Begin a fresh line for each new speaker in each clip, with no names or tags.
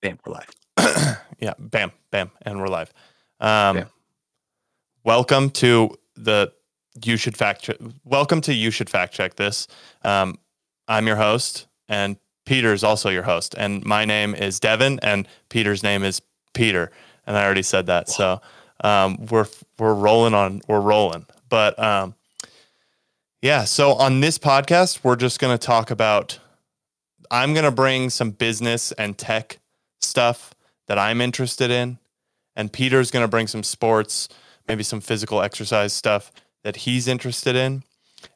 Bam, we're live.
yeah, bam, bam, and we're live. Um,
Bam.
Welcome to the you should fact check. Welcome to you should fact check this. Um, I'm your host, and Peter is also your host, and my name is Devin, and Peter's name is Peter, and I already said that, so um, we're we're rolling on we're rolling, but um, yeah. So on this podcast, we're just gonna talk about. I'm gonna bring some business and tech stuff that I'm interested in. And Peter's going to bring some sports, maybe some physical exercise stuff that he's interested in.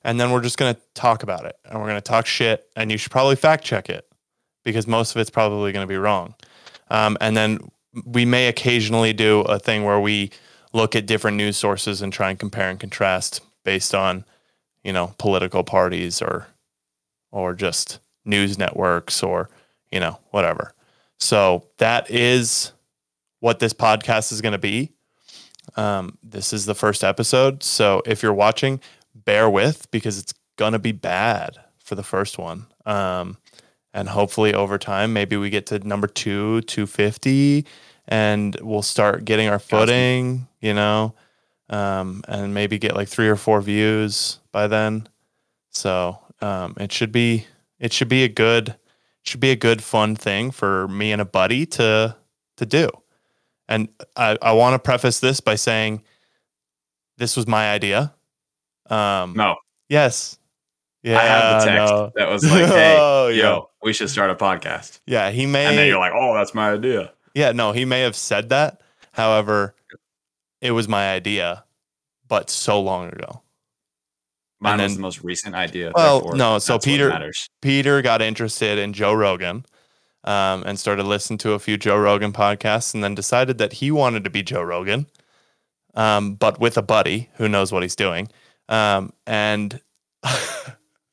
And then we're just going to talk about it and we're going to talk shit. And you should probably fact check it because most of it's probably going to be wrong. Um, and then we may occasionally do a thing where we look at different news sources and try and compare and contrast based on, you know, political parties or, or just news networks or, you know, whatever. So that is what this podcast is going to be. Um, this is the first episode. So if you're watching, bear with because it's going to be bad for the first one. Um, and hopefully over time, maybe we get to number two, 250, and we'll start getting our footing, you know, um, and maybe get like three or four views by then. So um, it should be it should be a good should be a good fun thing for me and a buddy to to do. And I, I want to preface this by saying this was my idea. Um,
No,
Yes. Yeah.
I have the text
no.
that was like, "Hey,
Oh,
yo,
yeah.
we should start a podcast."
Yeah. He may.
And then you're like, "Oh, that's my idea."
Yeah, no, he may have said that. However, it was my idea, but so long ago.
Mine
And
was
then-
the most recent idea.
Well,
therefore,
no, so
that's what
Peter-
matters.
Peter got interested in Joe Rogan um, and started listening to a few Joe Rogan podcasts and then decided that he wanted to be Joe Rogan, um, but with a buddy who knows what he's doing. Um, and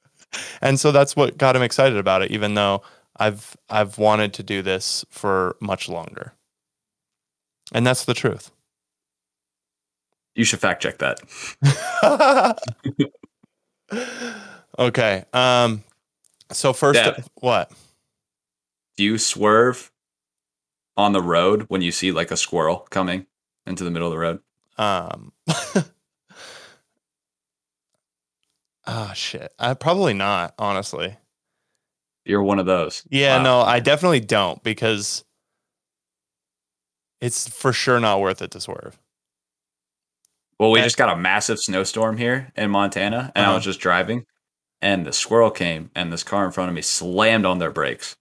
and so that's what got him excited about it, even though I've I've wanted to do this for much longer. And that's the truth.
You should fact check that.
okay. Um. So first,
Dad.
what?
Do you swerve on the road when you see like a squirrel coming into the middle of the road?
Um. Ah, shit. I probably not. Honestly.
You're one of those.
Yeah.
Wow.
No, I definitely don't because it's for sure not worth it to swerve.
Well, we
That-
just got a massive snowstorm here in Montana, and I
Uh-huh.
was just driving, and the squirrel came, and this car in front of me slammed on their brakes.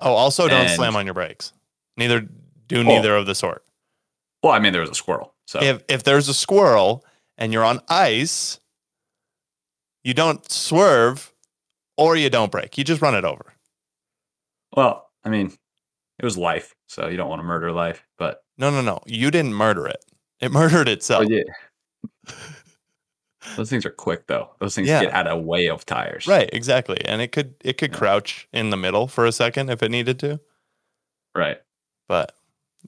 Oh, also don't
And-
slam on your brakes. Neither do
Oh.
neither of the sort.
Well, I mean, there was a squirrel, so
If if there's a squirrel and you're on ice, you don't swerve or you don't brake. You just run it over.
well, I mean, it was life, so you don't want to murder life, but
No, no, no. You didn't murder it. It murdered itself.
yeah. Those things are quick though. Those things
Yeah.
get out of way of tires.
Right, exactly. And it could it could
Yeah.
crouch in the middle for a second if it needed to.
Right.
But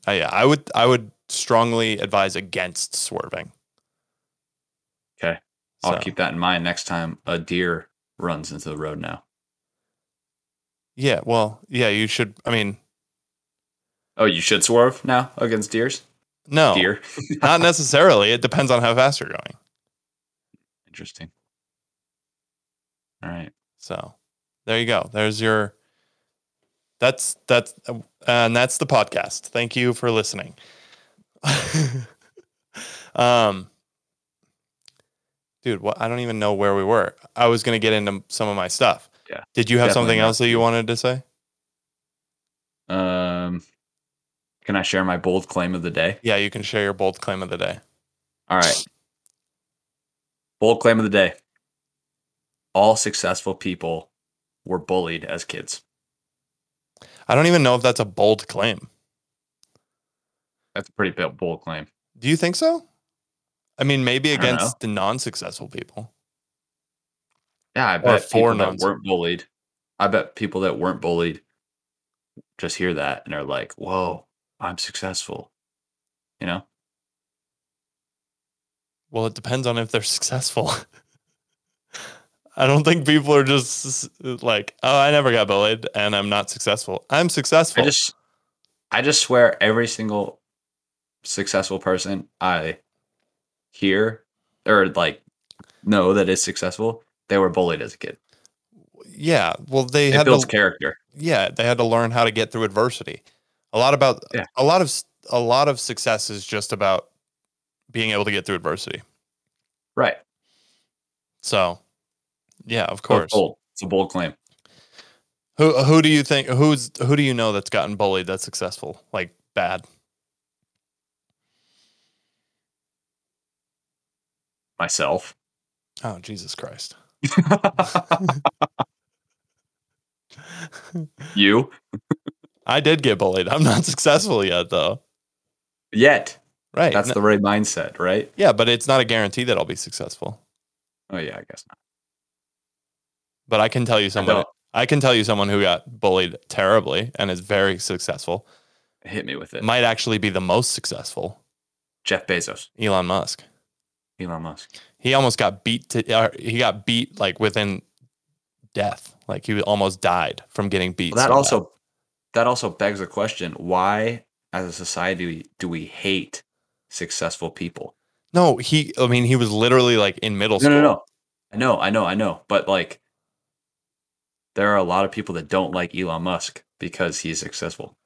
uh, yeah, I would I would strongly advise against swerving.
'Kay. I'll keep that in mind next time a deer runs into the road now.
Yeah, well, yeah, you should I mean,
Oh, you should swerve now against deers?
no.
Deer.
not necessarily. It depends on how fast you're going.
Interesting. All right.
So, there you go. There's your that's that's and that's the podcast. Thank you for listening. um dude, what I don't even know where we were. I was going to get into some of my stuff.
Yeah.
Did you have
Definitely
something
not
else that you
you.
wanted to say?
Um can I share my bold claim of the day?
Yeah, you can share your bold claim of the day.
All right. Bold claim of the day. All successful people were bullied as kids.
I don't even know if that's a bold claim.
That's a pretty big bold claim.
Do you think so? I mean, maybe
I don't know.
against the non-successful people.
Yeah, I bet
four
people that
nuns.
weren't bullied. I bet people that weren't bullied just hear that and are like, "Whoa, I'm successful." You know?
Well, it depends on if they're successful. I don't think people are just s- like, oh, I never got bullied and I'm not successful. I'm
I
successful.
just I just swear every single successful person I hear or like know that is successful, they were bullied as a kid.
Yeah. Well, they
It
had
builds
to,
character.
yeah, they had to learn how to get through adversity. A lot about
Yeah.
a lot of s- a lot of success is just about being able to get through adversity.
Right.
So, yeah, of
So
course.
It's bold. It's a bold claim.
Who who do you think who's who do you know that's gotten bullied that's successful like bad?
Myself.
Oh Jesus Christ!
you
I did get bullied. I'm not successful yet though.
yet.
Right?
That's
N-
the right mindset, right?
yeah, but it's not a guarantee that I'll be successful.
Oh yeah, I guess not.
But I can tell you someone.
don't.
I, can tell you someone who got bullied terribly and is very successful.
Hit me with it.
Might actually be the most successful.
Jeff Bezos,
Elon Musk.
Elon Musk.
He almost got beat to. Or he got beat like within death. Like he almost died from getting beat.
Well, that
so
also
bad.
that also begs the question: Why, as a society, do we hate successful people?
No, he. I mean, he was literally like in middle
No,
school.
no, no. I know, I know, I know. But like, there are a lot of people that don't like Elon Musk because he's successful,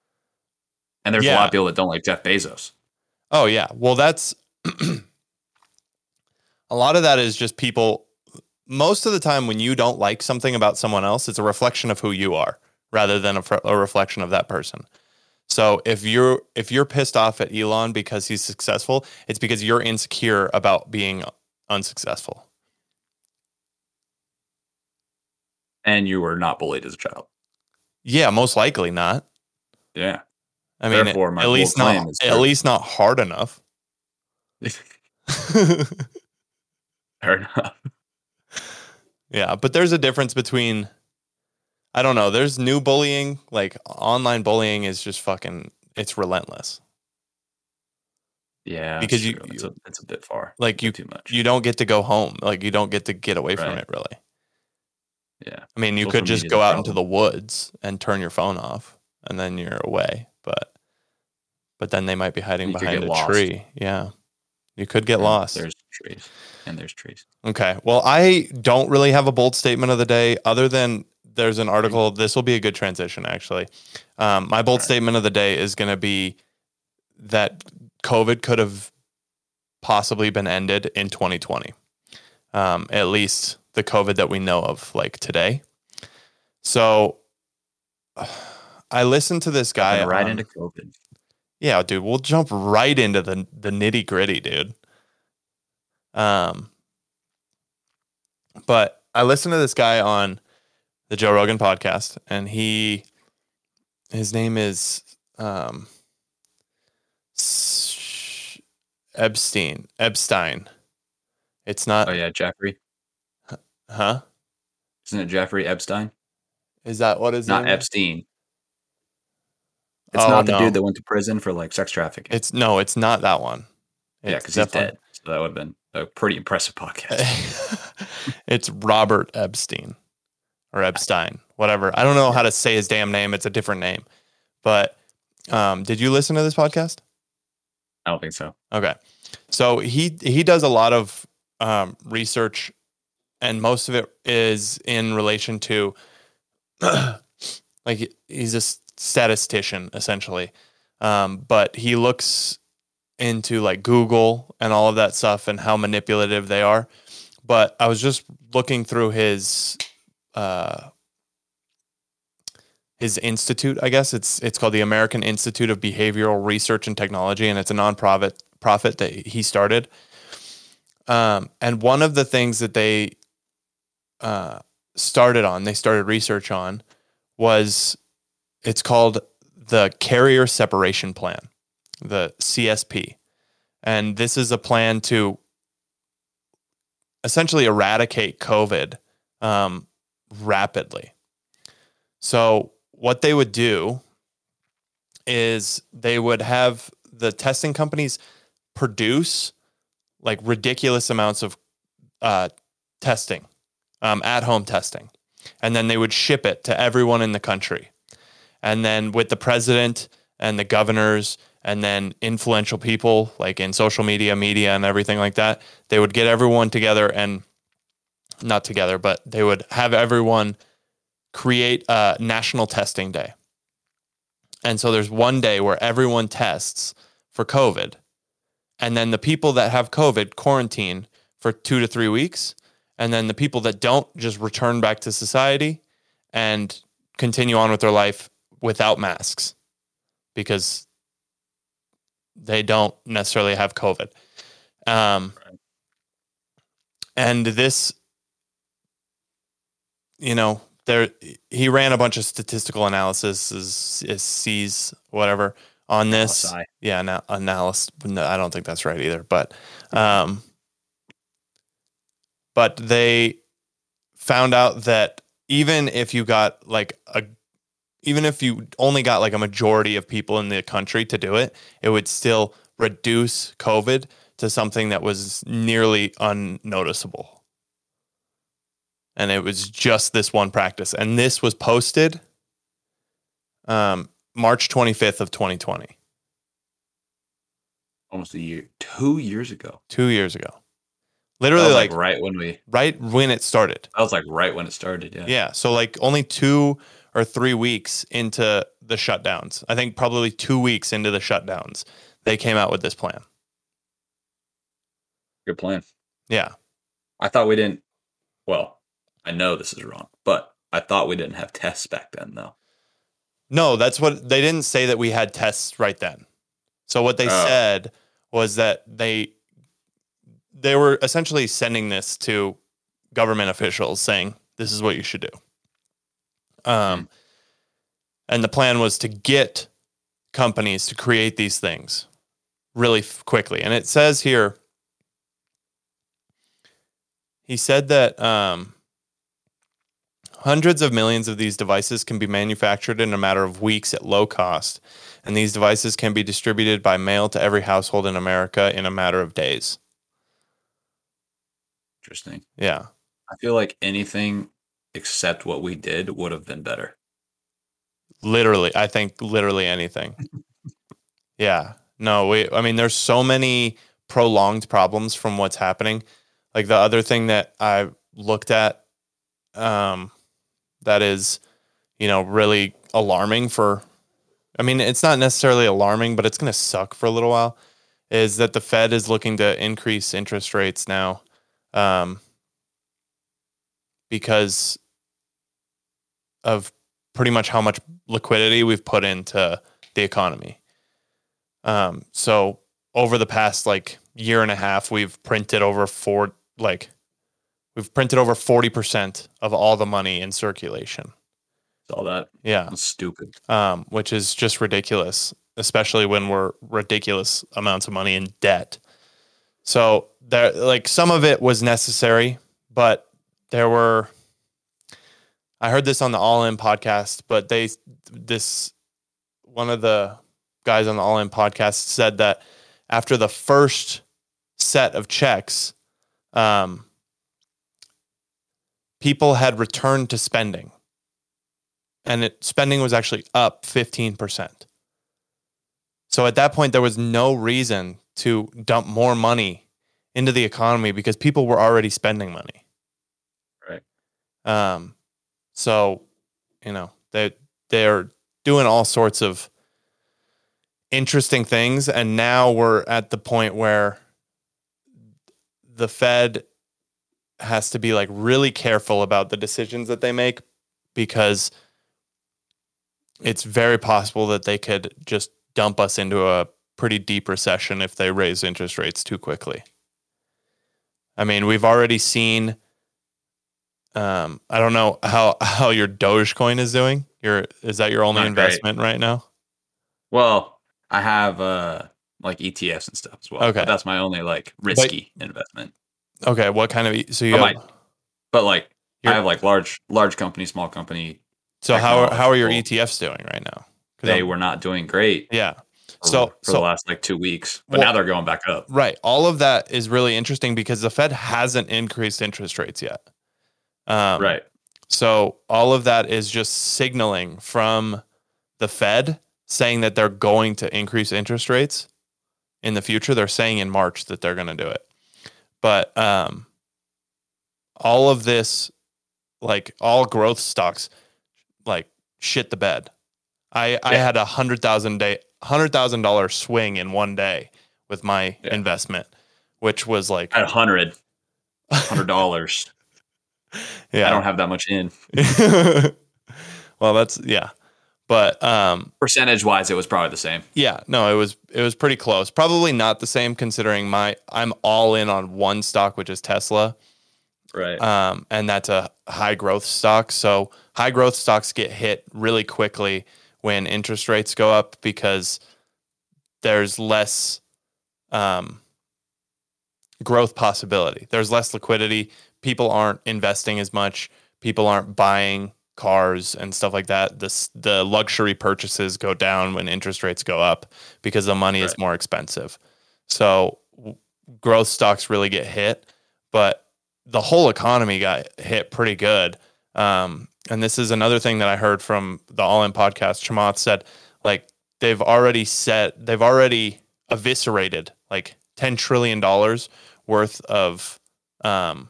and there's a lot
Yeah.
of people that don't like Jeff Bezos.
Oh yeah. Well, that's a lot of that is just people. Most of the time, when you don't like something about someone else, it's a reflection of who you are rather than a, fr- a reflection of that person. So if you're if you're pissed off at Elon because he's successful, it's because you're insecure about being unsuccessful.
And you were not bullied as a child.
Yeah, most likely not.
Yeah,
I mean,
Therefore, my
at least
bold claim
not
is
at
true.
least not hard enough.
fair enough.
Yeah, but there's a difference between I don't know, there's new bullying, like online bullying is just fucking it's relentless.
Yeah,
Because
it's
you-
true. it's a, it's a bit far.
Like you
too much.
you don't get to go home. Like you don't get to get away from
Right.
it really.
yeah,
I mean, you
Social
could just
media's
go
a
out into
problem.
the woods and turn your phone off and then you're away, but but then they might be hiding
You could
behind
get
a
lost.
tree. Yeah. You could get
And
lost.
There's trees, and there's trees.
Okay. Well, I don't really have a bold statement of the day other than there's an article. This will be a good transition, actually. Um, my bold
Alright.
statement of the day is going to be that COVID could have possibly been ended in 2020, um, at least the COVID that we know of, like today. So I um, listened to this guy.
Jumping right
on-
into COVID.
yeah, dude, we'll jump right into the the nitty gritty, dude. Um, but I listened to this guy on the Joe Rogan podcast, and he, his name is um, S- Epstein. Epstein. It's not,
Oh yeah, Jeffrey.
huh?
Isn't it Jeffrey Epstein?
Is that what is
Not
name? is?
Epstein. It's
Oh,
not the
no.
dude that went to prison for like sex trafficking.
It's no, it's not that one.
yeah,
It's
because he's
definitely-
dead. So that would have been a pretty impressive podcast.
it's Robert Epstein or Epstein, whatever. I don't know how to say his damn name. It's a different name. But um, did you listen to this podcast?
I don't think so.
Okay. So he he does a lot of um, research, and most of it is in relation to like he- he's a s- statistician essentially, um, but he looks into like Google and all of that stuff and how manipulative they are. But I was just looking through his uh, his institute. I guess it's it's called the American Institute of Behavioral Research and Technology, and it's a nonprofit profit that he started. Um, and one of the things that they uh, started on, they started research on, was it's called the Carrier Separation Plan, the CSP, and this is a plan to essentially eradicate COVID um, rapidly. So what they would do is they would have the testing companies produce like ridiculous amounts of uh, testing, um, at home testing, and then they would ship it to everyone in the country. And then with the president and the governors and then influential people like in social media, media, and everything like that. They would get everyone together and not together, but they would have everyone create a national testing day. And so there's one day where everyone tests for COVID. And then the people that have COVID quarantine for two to three weeks. And then the people that don't just return back to society and continue on with their life without masks because they don't necessarily have COVID. Um, and this, you know, there he ran a bunch of statistical analysis, is, is C's, whatever, on this.
LSI.
Yeah, ana- analysis. No, I don't think that's right either. But, um, but they found out that even if you got like a, even if you only got like a majority of people in the country to do it, it would still reduce COVID to something that was nearly unnoticeable. And it was just this one practice, and this was posted um, March twenty fifth of twenty twenty.
almost a year, two years ago.
two years ago.
That
Literally,
was,
like,
Oh, like right when we.
right when it started.
That was like right when it started. Yeah.
Yeah. So, like, only two or three weeks into the shutdowns. I think probably two weeks into the shutdowns, they came out with this plan.
Good plan.
Yeah.
I thought we didn't. Well, I know this is wrong, but I thought we didn't have tests back then, though.
No, that's what they didn't say that we had tests right then. So what they
Oh.
said was that they they were essentially sending this to government officials saying this is what you should do. Um and the plan was to get companies to create these things really f- quickly. And it says here he said that um Hundreds of millions of these devices can be manufactured in a matter of weeks at low cost, and these devices can be distributed by mail to every household in America in a matter of days.
Interesting.
Yeah.
I feel like anything except what we did would have been better.
Literally, I think literally anything. yeah. No, we I mean there's so many prolonged problems from what's happening. Like the other thing that I looked at um that is, you know, really alarming for I mean, it's not necessarily alarming, but it's going to suck for a little while is that the Fed is looking to increase interest rates now. Um because of pretty much how much liquidity we've put into the economy. Um, so over the past like year and a half, we've printed over four like we've printed over forty percent of all the money in circulation.
All that
Yeah,
was stupid.
um, which is just ridiculous, especially when we're ridiculous amounts of money in debt. So there, like some of it was necessary, but there were. I heard this on the All In podcast, but they this one of the guys on the All In podcast said that after the first set of checks, um, people had returned to spending and it, spending was actually up 15%. So at that point, there was no reason to dump more money into the economy because people were already spending money.
Right.
Um, so, you know, they, they're doing all sorts of interesting things. And now we're at the point where the Fed has to be like really careful about the decisions that they make because it's very possible that they could just dump us into a pretty deep recession if they raise interest rates too quickly. I mean, we've already seen. Um, I don't know how how your Dogecoin is doing. Your is that your only
Not great.
investment right now?
Well, I have uh like ETFs and stuff as well.
Okay.
but that's my only like risky investment.
Okay, what kind of e- so you
Oh,
have,
my- But like I
Your-
have like large large company, small company.
so how how are your
technological-
ETFs doing right now? 'Cause
They
I'm-
were not doing great.
yeah.
for-
So-
for
so-
the last like two weeks, but
Well-
now they're going back up.
Right. All of that is really interesting because the Fed hasn't increased interest rates yet. Um,
right.
So all of that is just signaling from the Fed saying that they're going to increase interest rates in the future. They're saying in March that they're going to do it. But um, all of this, like all growth stocks, like shit the bed. I, I
Yeah.
had a hundred thousand day hundred thousand dollar swing in one day with my
Yeah.
investment, which was like
At 100 dollars.
yeah
I don't have that much in.
well, that's yeah, but um,
Percentage wise, it was probably the same.
yeah, no, it was it was pretty close. Probably not the same considering my I'm all in on one stock, which is Tesla,
Right.
um, and that's a high growth stock. So high growth stocks get hit really quickly when interest rates go up because there's less um, growth possibility. There's less liquidity. People aren't investing as much. People aren't buying cars and stuff like that. The s- the luxury purchases go down when interest rates go up because the money is
Right.
more expensive. So w- growth stocks really get hit, but the whole economy got hit pretty good. Um, and this is another thing that I heard from the All In podcast. Chamath said, like they've already set, they've already eviscerated like ten trillion dollars worth of um,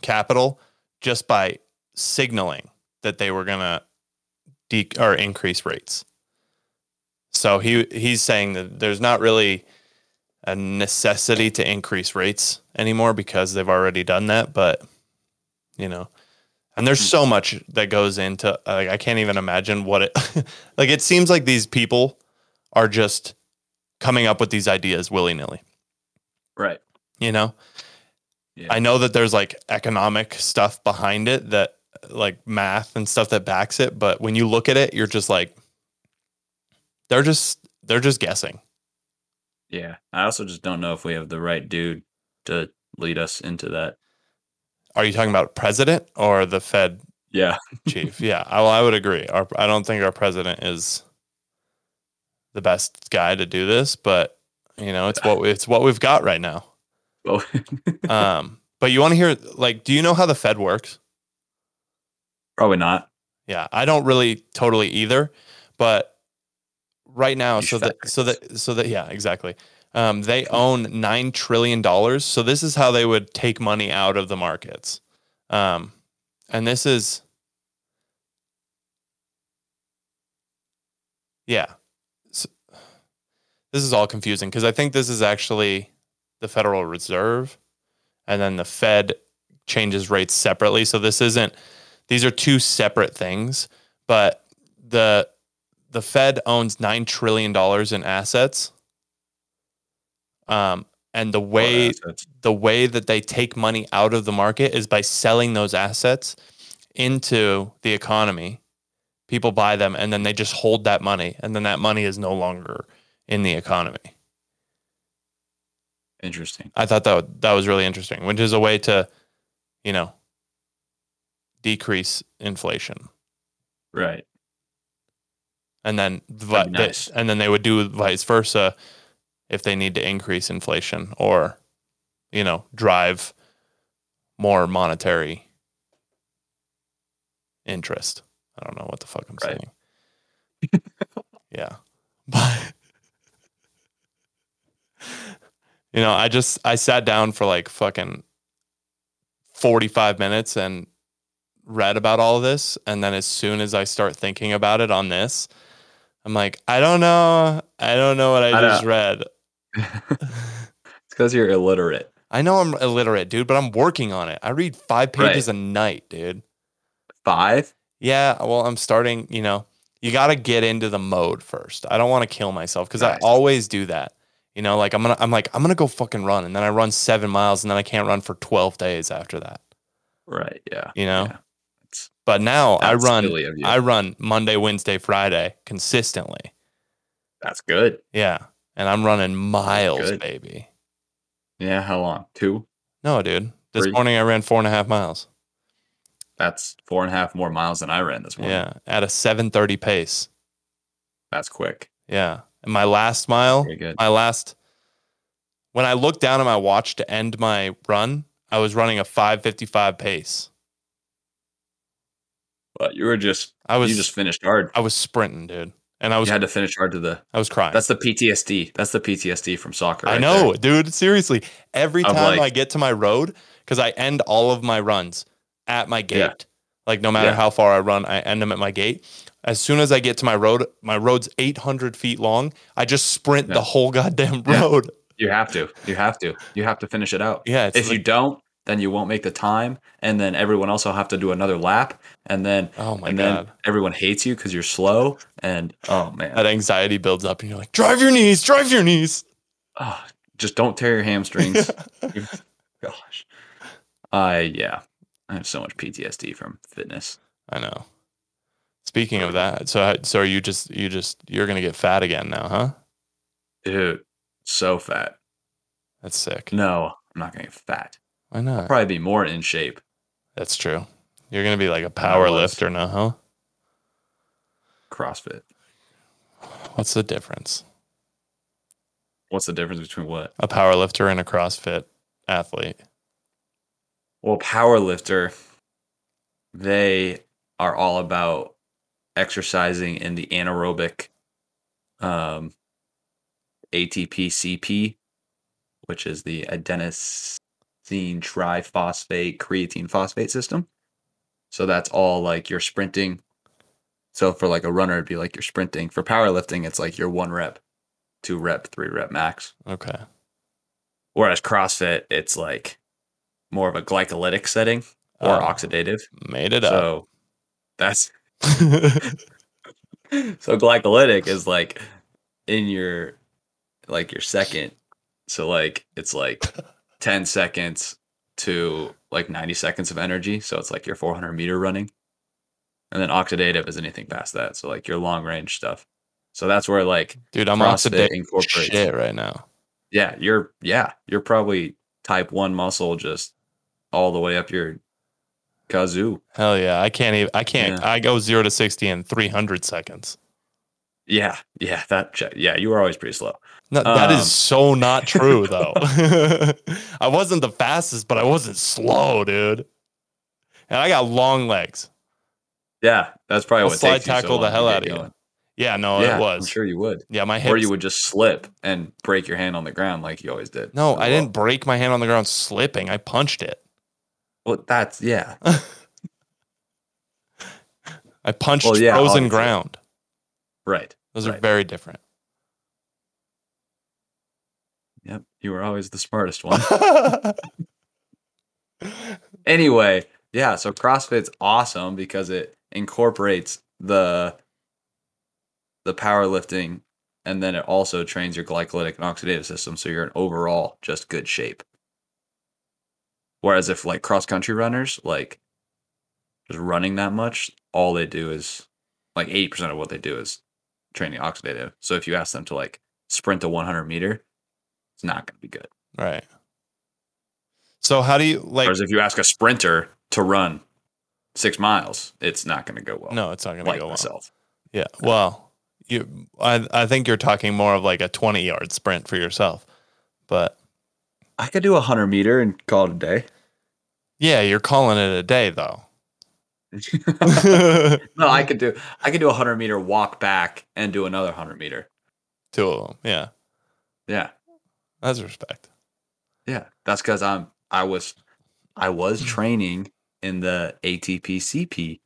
capital just by signaling that they were gonna de- or increase rates. So he he's saying that there's not really a necessity to increase rates anymore because they've already done that. But you know, and there's so much that goes into like I can't even imagine what it like. It seems like these people are just coming up with these ideas willy nilly.
right.
You know,
Yeah.
I know that there's like economic stuff behind it that like math and stuff that backs it, but when you look at it, you're just like they're just they're just guessing.
yeah. I also just don't know if we have the right dude to lead us into that.
Are you talking about president or the Fed
Yeah.
chief? yeah, I, well, I would agree. Our, I don't think our president is the best guy to do this, but you know, it's what we- it's what we've got right now.
Well,
Um, but you want to hear like, do you know how the Fed works?
probably not.
Yeah, I don't really totally either, but right now,
These
so that so
facts.
that so that yeah, exactly. Um, they own nine trillion dollars, so this is how they would take money out of the markets, um, and this is yeah, S this is all confusing because I think this is actually the Federal Reserve, and then the Fed changes rates separately. So this isn't these are two separate things, but the the Fed owns nine trillion dollars in assets. Um, and the way
Assets.
the way that they take money out of the market is by selling those assets into the economy. People buy them and then they just hold that money, and then that money is no longer in the economy.
Interesting.
I thought that that was really interesting, which is a way to, you know, decrease inflation.
Right.
and then vi-
That'd be
they-
nice.
and then they would do vice versa if they need to increase inflation or you know drive more monetary interest i don't know what the fuck i'm
Right.
saying yeah but you know i just i sat down for like fucking 45 minutes and read about all this and then as soon as i start thinking about it on this i'm like i don't know i don't know what i,
I
just read
it's because you're illiterate.
i know i'm illiterate dude but i'm working on it i read five
Right.
pages a night dude
Five?
yeah well i'm starting you know you got to get into the mode first i don't want to kill myself because i
Right.
always do that you know like i'm gonna i'm like i'm gonna go fucking run and then i run seven miles and then i can't run for 12 days after that
Right. Yeah.
you know
Yeah. It's-
but now i
That's
run
silly of you.
I run Monday, Wednesday, Friday consistently.
That's good.
Yeah. And I'm running miles,
Good.
baby.
Yeah. How long? Two?
No, dude. This
Three.
morning I ran four and a half miles.
That's four and a half more miles than I ran this morning.
Yeah. At a seven thirty pace.
That's quick.
Yeah. And my last mile,
Very good.
my last when I looked down at my watch to end my run, I was running a five fifty five pace.
But you were just
I was
you just finished hard.
I was sprinting, dude, and I was
You had to finish hard to the.
I was crying.
That's the PTSD. That's the PTSD from soccer.
I
right
know, dude. Seriously, every
I'm
time
like-
I get to my road, because I end all of my runs at my gate.
Yeah.
Like no matter
Yeah.
how far I run, I end them at my gate. As soon as I get to my road, my road's 800 feet long. I just sprint
Yeah.
the whole goddamn
Yeah.
road.
You have to. You have to. You have to finish it out.
Yeah, it's
if you
like-
don't, then you won't make the time, and then everyone else will have to do another lap, and then
oh my
and
god,
then everyone hates you because you're slow. And oh man,
that anxiety builds up, and you're like, drive your knees, drive your knees.
oh, just don't tear your hamstrings. Gosh, I yeah, I have so much PTSD from fitness.
I know. Speaking of that, so so are you just you just you're gonna get fat again now, huh?
Dude, so fat.
That's sick.
No, I'm not gonna get fat.
Why not?
Probably be more in shape.
That's true. You're gonna be like a
I
power
was.
lifter now, huh?
CrossFit.
What's the difference?
What's the difference between what?
A power lifter and a CrossFit athlete.
Well, powerlifter, they are all about exercising in the anaerobic um, ATP CP, which is the adenosine triphosphate creatine phosphate system. So that's all like you're sprinting. So for like a runner, it'd be like you're sprinting. For powerlifting, it's like your one rep, two rep, three rep max.
Okay.
Whereas CrossFit, it's like more of a glycolytic setting or
Oh,
oxidative.
Made it up.
So that's so glycolytic is like in your like your second. So like it's like 10 seconds to like 90 seconds of energy. So it's like your 400 meter running. And then oxidative is anything past that. So like your long range stuff. So that's where like
Dude, I'm off
CrossFit
today.
incorporates
Shit right now.
yeah you're yeah you're probably type 1 muscle just all the way up your kazoo
Hell yeah. I can't even I can't I go zero to sixty in three hundred seconds.
yeah yeah that che- yeah you were always pretty slow
No, that
Um.
is so not true though. I wasn't the fastest, but I wasn't slow, dude. And I got long legs.
yeah that's probably
I'll
what
slide
takes you so
tackle the
long to
hell
get
out of you.
going.
Yeah, no,
yeah
it
i'm
was.
sure you would
Yeah, my hips.
or you would just slip and break your hand on the ground like you always did
no,
as
I
well.
didn't break my hand on the ground slipping. I punched it.
well that's yeah
I punched
Well, yeah,
frozen
obviously.
ground.
right
Those are
Right.
very different.
yep you were always the smartest one anyway, yeah, so CrossFit's awesome because it incorporates the the powerlifting and then it also trains your glycolytic and oxidative system so you're in overall just good shape. Whereas if like cross country runners, like just running that much, all they do is like 80% of what they do is training oxidative. So if you ask them to like sprint a 100 meter, it's not going to be good.
right. So how do you like?
Whereas if you ask a sprinter to run six miles, it's not going to go well.
No, it's not going to
like
go well.
myself.
Yeah. Well, you. I I think you're talking more of like a 20 yard sprint for yourself, but
I could do a hundred meter and call it a day.
yeah, you're calling it a day though. Two
no, I could do I could do a hundred meter walk back and do another hundred meter.
of them. Yeah,
Yeah,
that's respect.
yeah. That's because I'm I was I was
Hmm.
training in the ATP CP,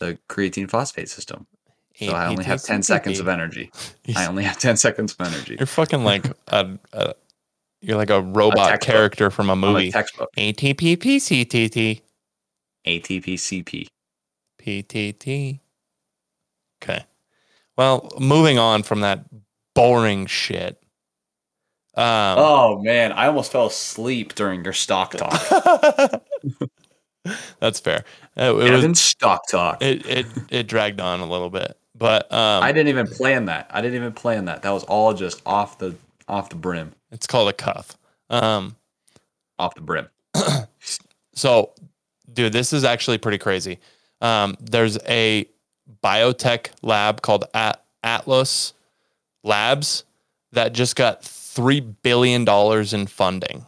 the creatine phosphate system. So I only have ten seconds of energy. I only have ten seconds of energy.
You're fucking like a, a you're like a robot
textbook.
character from a
I'm a
movie.
textbook
ATP PCTT
ATP CP.
PTT. Okay. Well, moving on from that boring shit. Um,
Oh man, I almost fell asleep during your stock talk.
That's fair. It, it was
Evan stock talk.
it, it it dragged on a little bit, but um,
I didn't even plan that. I didn't even plan that. That was all just off the off the brim,
it's called a cuff. Um,
off the brim.
so, dude, this is actually pretty crazy. Um, there's a biotech lab called At- Atlas Labs that just got three billion dollars in funding,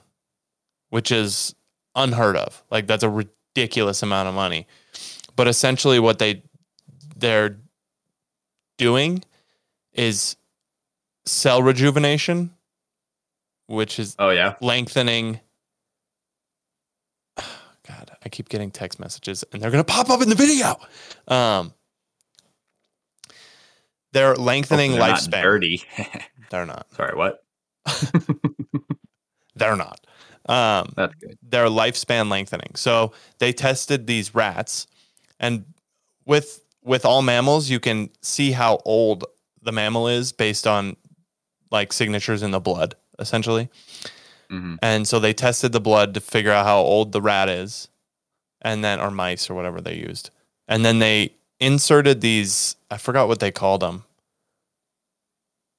which is unheard of. Like that's a ridiculous amount of money. but essentially what they they're doing is cell rejuvenation, which is
Oh yeah.
lengthening. God, I keep getting text messages and they're going to pop up in the video. Um, they're lengthening
Hopefully they're not
lifespan.
Dirty.
They're not.
Sorry, what?
They're not. Um,
That's good.
their lifespan lengthening. So they tested these rats, and with with all mammals, you can see how old the mammal is based on like signatures in the blood, essentially.
hmm
And so they tested the blood to figure out how old the rat is, and then or mice or whatever they used, and then they inserted these. I forgot what they called them.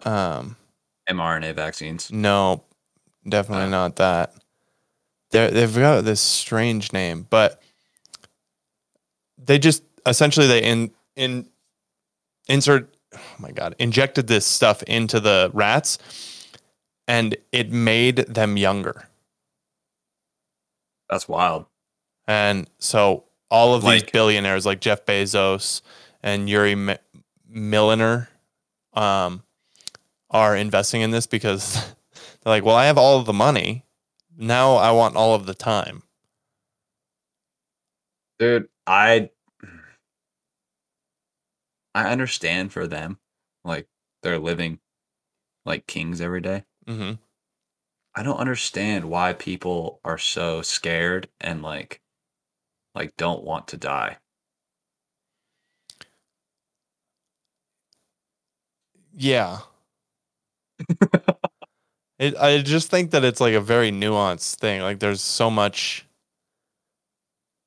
Um,
mRNA vaccines.
no, definitely
Oh.
not that. They're, they've got this strange name, but they just essentially they in in insert. Oh my god! Injected this stuff into the rats, and it made them younger.
That's wild.
And so all of these
Like-
billionaires, like Jeff Bezos and Yuri Mi- Milliner, um, are investing in this because they're like, well, I have all of the money. Now I want all of the time.
dude i i understand for them like they're living like kings every day
hmm
i don't understand why people are so scared and like like don't want to die
Yeah. it, I just think that it's like a very nuanced thing. Like there's so much.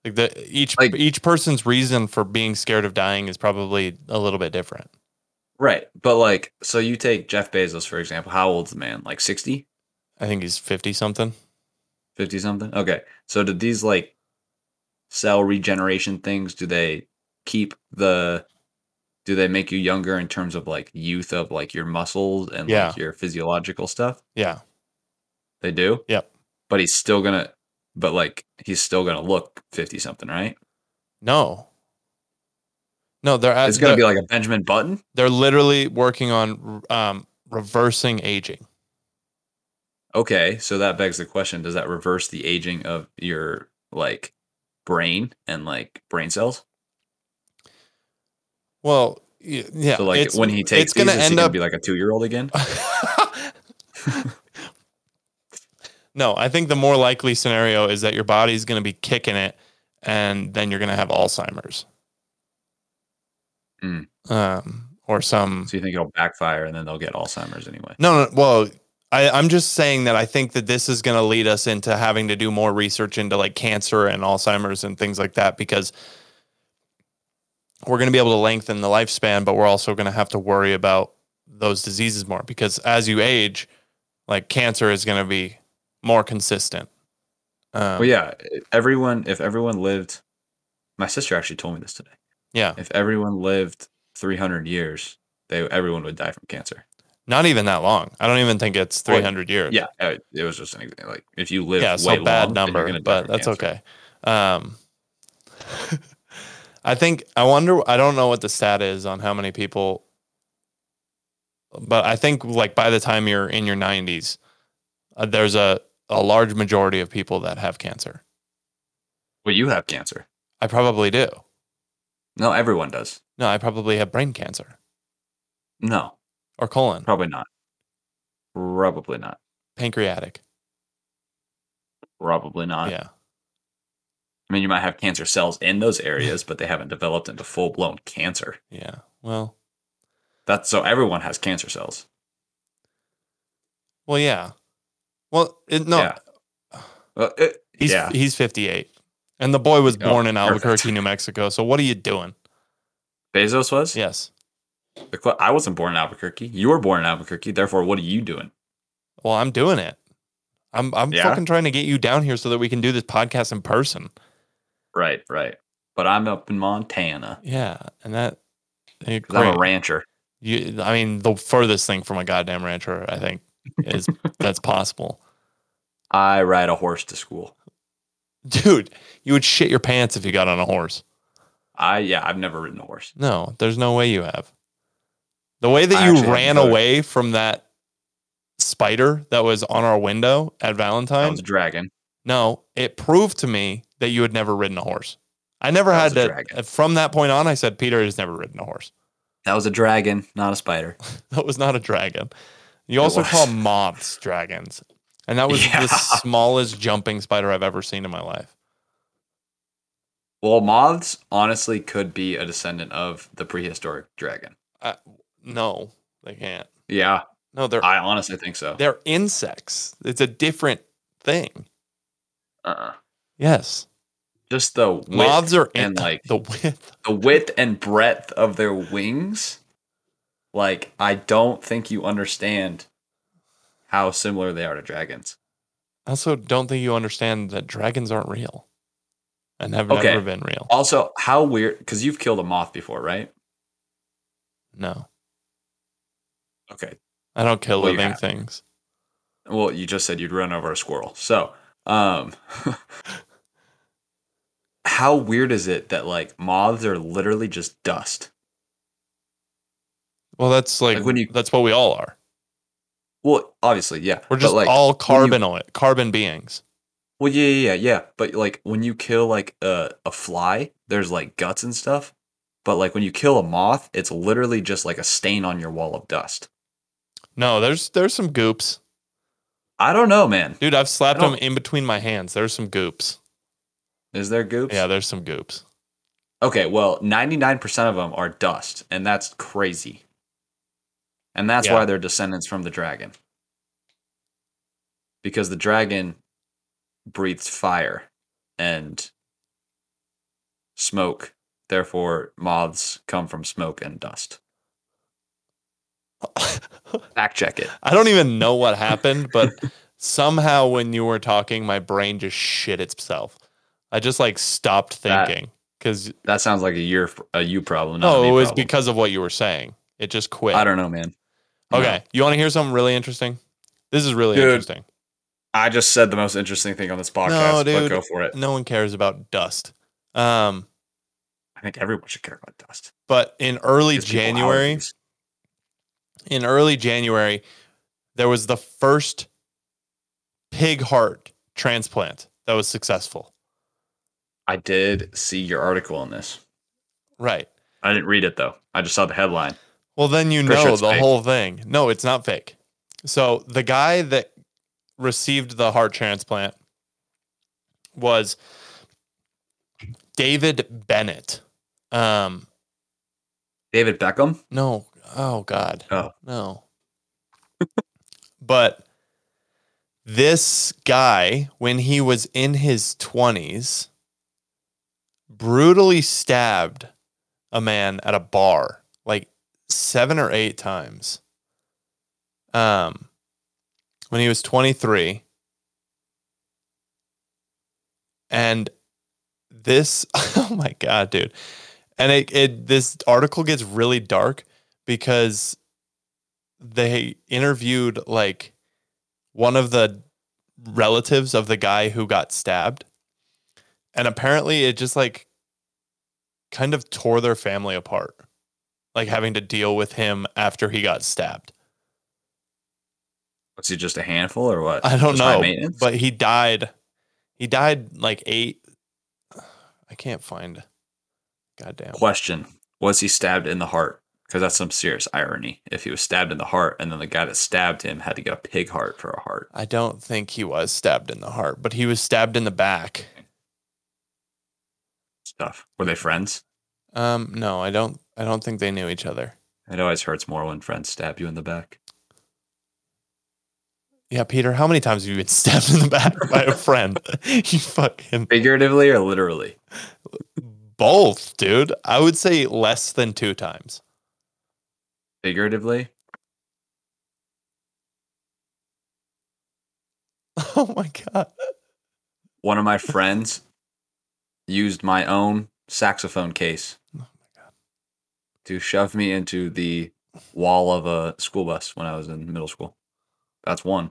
Like the each
Like-
each person's reason for being scared of dying is probably a little bit different.
right but like so you take jeff bezos for example how old's the man like 60
I think he's fifty something.
50 something okay so did these like cell regeneration things do they keep the do they make you younger in terms of like youth of like your muscles and
Yeah.
like your physiological stuff
Yeah.
they do
Yep.
but he's still gonna but like he's still gonna look 50 something right
No. No, they're at,
it's gonna
they're,
be like a benjamin button
they're literally working on um, reversing aging.
okay so that begs the question does that reverse the aging of your like brain and like brain cells
Well, y- yeah.
so like
it's-
when he takes
it's gonna
these is he
end
gonna
up. Uh,
be like a two-year-old again
no, I think the more likely scenario is that your body's going to be kicking it, and then you're going to have Alzheimer's,
Mm.
um, or some
So you think it'll backfire and then they'll get Alzheimer's anyway?
No, no. Well, I, I'm just saying that I think that this is going to lead us into having to do more research into like cancer and Alzheimer's and things like that because we're going to be able to lengthen the lifespan, but we're also going to have to worry about those diseases more because as you age, like cancer is going to be more consistent. Um,
Well, yeah. i- Everyone, if everyone lived, my sister actually told me this today.
Yeah.
If everyone lived 300 years, they everyone would die from cancer.
Not even that long. I don't even think it's
Well,
300 years.
Yeah, uh, it was just an example. Like if you live,
yeah,
yeah,
so bad number,
going
but that's okay. Um, I think I wonder. I don't know what the stat is on how many people, but I think like by the time you're in your 90s, uh, there's a a large majority of people that have cancer.
Well, you have cancer.
I probably do.
No, everyone does.
No, I probably have brain cancer
No,
or colon,
probably not. Probably not.
pancreatic.
Probably not.
yeah,
I mean, you might have cancer cells in those areas, but they haven't developed into full blown cancer.
yeah. Well,
That's so everyone has cancer cells.
well, yeah. Well, it, no,
Yeah. Well, it-
he's
yeah.
he's 58, and the boy was
Oh,
born in
perfect.
Albuquerque, New Mexico. So what are you doing?
Bezos was?
Yes.
The que- I wasn't born in Albuquerque. You were born in Albuquerque. Therefore, what are you doing?
Well, I'm doing it. I'm I'm
Yeah?
fucking trying to get you down here so that we can do this podcast in person.
Right, right. But I'm up in Montana
Yeah, and that. eh,
because I'm a
great.
rancher.
You, I mean, the furthest thing from a goddamn rancher, I think, is that's possible.
I ride a horse to school.
Dude, you would shit your pants if you got on a horse.
I yeah, I've never ridden a horse.
No, there's no way you have. The way that
I actually
you
haven't
ran
voted.
away from that spider that was on our window at
That
Valentine's,
was a dragon.
no, it proved to me that you had never ridden a horse. I never
That
had
was a
to.
dragon.
From that point on, I said Peter has never ridden a horse.
That was a dragon, not a spider.
That was not a dragon. You
It
also
was.
call moths dragons, and that was
Yeah.
the smallest jumping spider I've ever seen in my life.
Well, moths honestly could be a descendant of the prehistoric dragon.
No, they can't.
Yeah,
No, they're
I honestly think so.
they're insects. It's a different thing.
Uh-uh.
Yes,
Just the width,
moths are in
and like
the width.
the width and breadth of their wings. Like I don't think you understand how similar they are to dragons.
I also don't think you understand that dragons aren't real, and have
Okay.
never been real.
Also, how weird because you've killed a moth before, right?
No,
Okay.
I don't kill
Well, you
living
have.
things.
Well, you just said you'd run over a squirrel. So, um, how weird is it that like moths are literally just dust?
Well, that's like,
Like, when you-
that's what we all are.
Well, obviously, yeah.
We're
but,
just
like,
all
when you-
carbon carbon beings.
Well, yeah, yeah, yeah, yeah. But like when you kill like a a fly, there's like guts and stuff. But like when you kill a moth, it's literally just like a stain on your wall of dust.
No, there's there's some goops,
I don't know, man.
dude. I've slapped
I don't-
them in between my hands. There's some goops.
Is there goops?
Yeah, there's some goops.
Okay, well, 99% of them are dust, and that's crazy. And that's
Yeah.
why they're descendants from the dragon. Because the dragon breathes fire and smoke. Therefore, moths come from smoke and dust. Fact check it.
I don't even know what happened, but somehow when you were talking, my brain just shit itself. I just like stopped
That-
thinking because
That sounds like a year a you problem. Not
no,
a me
it was
problem.
because of what you were saying. It just quit.
I don't know, man. No.
okay, you want to hear something really interesting? This is really
Dude.
interesting.
I just said the most interesting thing on this podcast, but
dude.
go for it.
No one cares about dust. Um,
I think everyone should care about dust.
but in early
Gives people
January,
allergies.
in early January, there was the first pig heart transplant that was successful.
I did see your article on this.
Right.
I didn't read it though. I just saw the headline.
Well, then you
Pretty sure
know
it's
the
fake.
whole thing. No, it's not fake. So the guy that received the heart transplant was David Bennett. Um,
David Beckham.
no, oh God,
Oh.
no. but this guy, when he was in his twenties, brutally stabbed a man at a bar like seven or eight times. Um, when he was 23. And this, oh my God, dude. And it, it, this article gets really dark because they interviewed like one of the relatives of the guy who got stabbed. And apparently it just like kind of tore their family apart, like having to deal with him after he got stabbed.
Was he just a handful or what?
I don't
Just high
know,
maintenance?
but he died. He died like eight. I can't find. Goddamn.
question: Was he stabbed in the heart? Because that's some serious irony. If he was stabbed in the heart, and then the guy that stabbed him had to get a pig heart for a heart.
I don't think he was stabbed in the heart, but he was stabbed in the back.
Stuff. Were they friends?
Um, no, I don't. I don't think they knew each other.
It always hurts more when friends stab you in the back.
Yeah, Peter, how many times have you been stabbed in the back by a friend? you fucking
Figuratively or literally?
both, dude. I would say less than two times.
Figuratively.
Oh my god.
One of my friends used my own saxophone case
Oh
to shove me into the wall of a school bus when I was in middle school. That's one.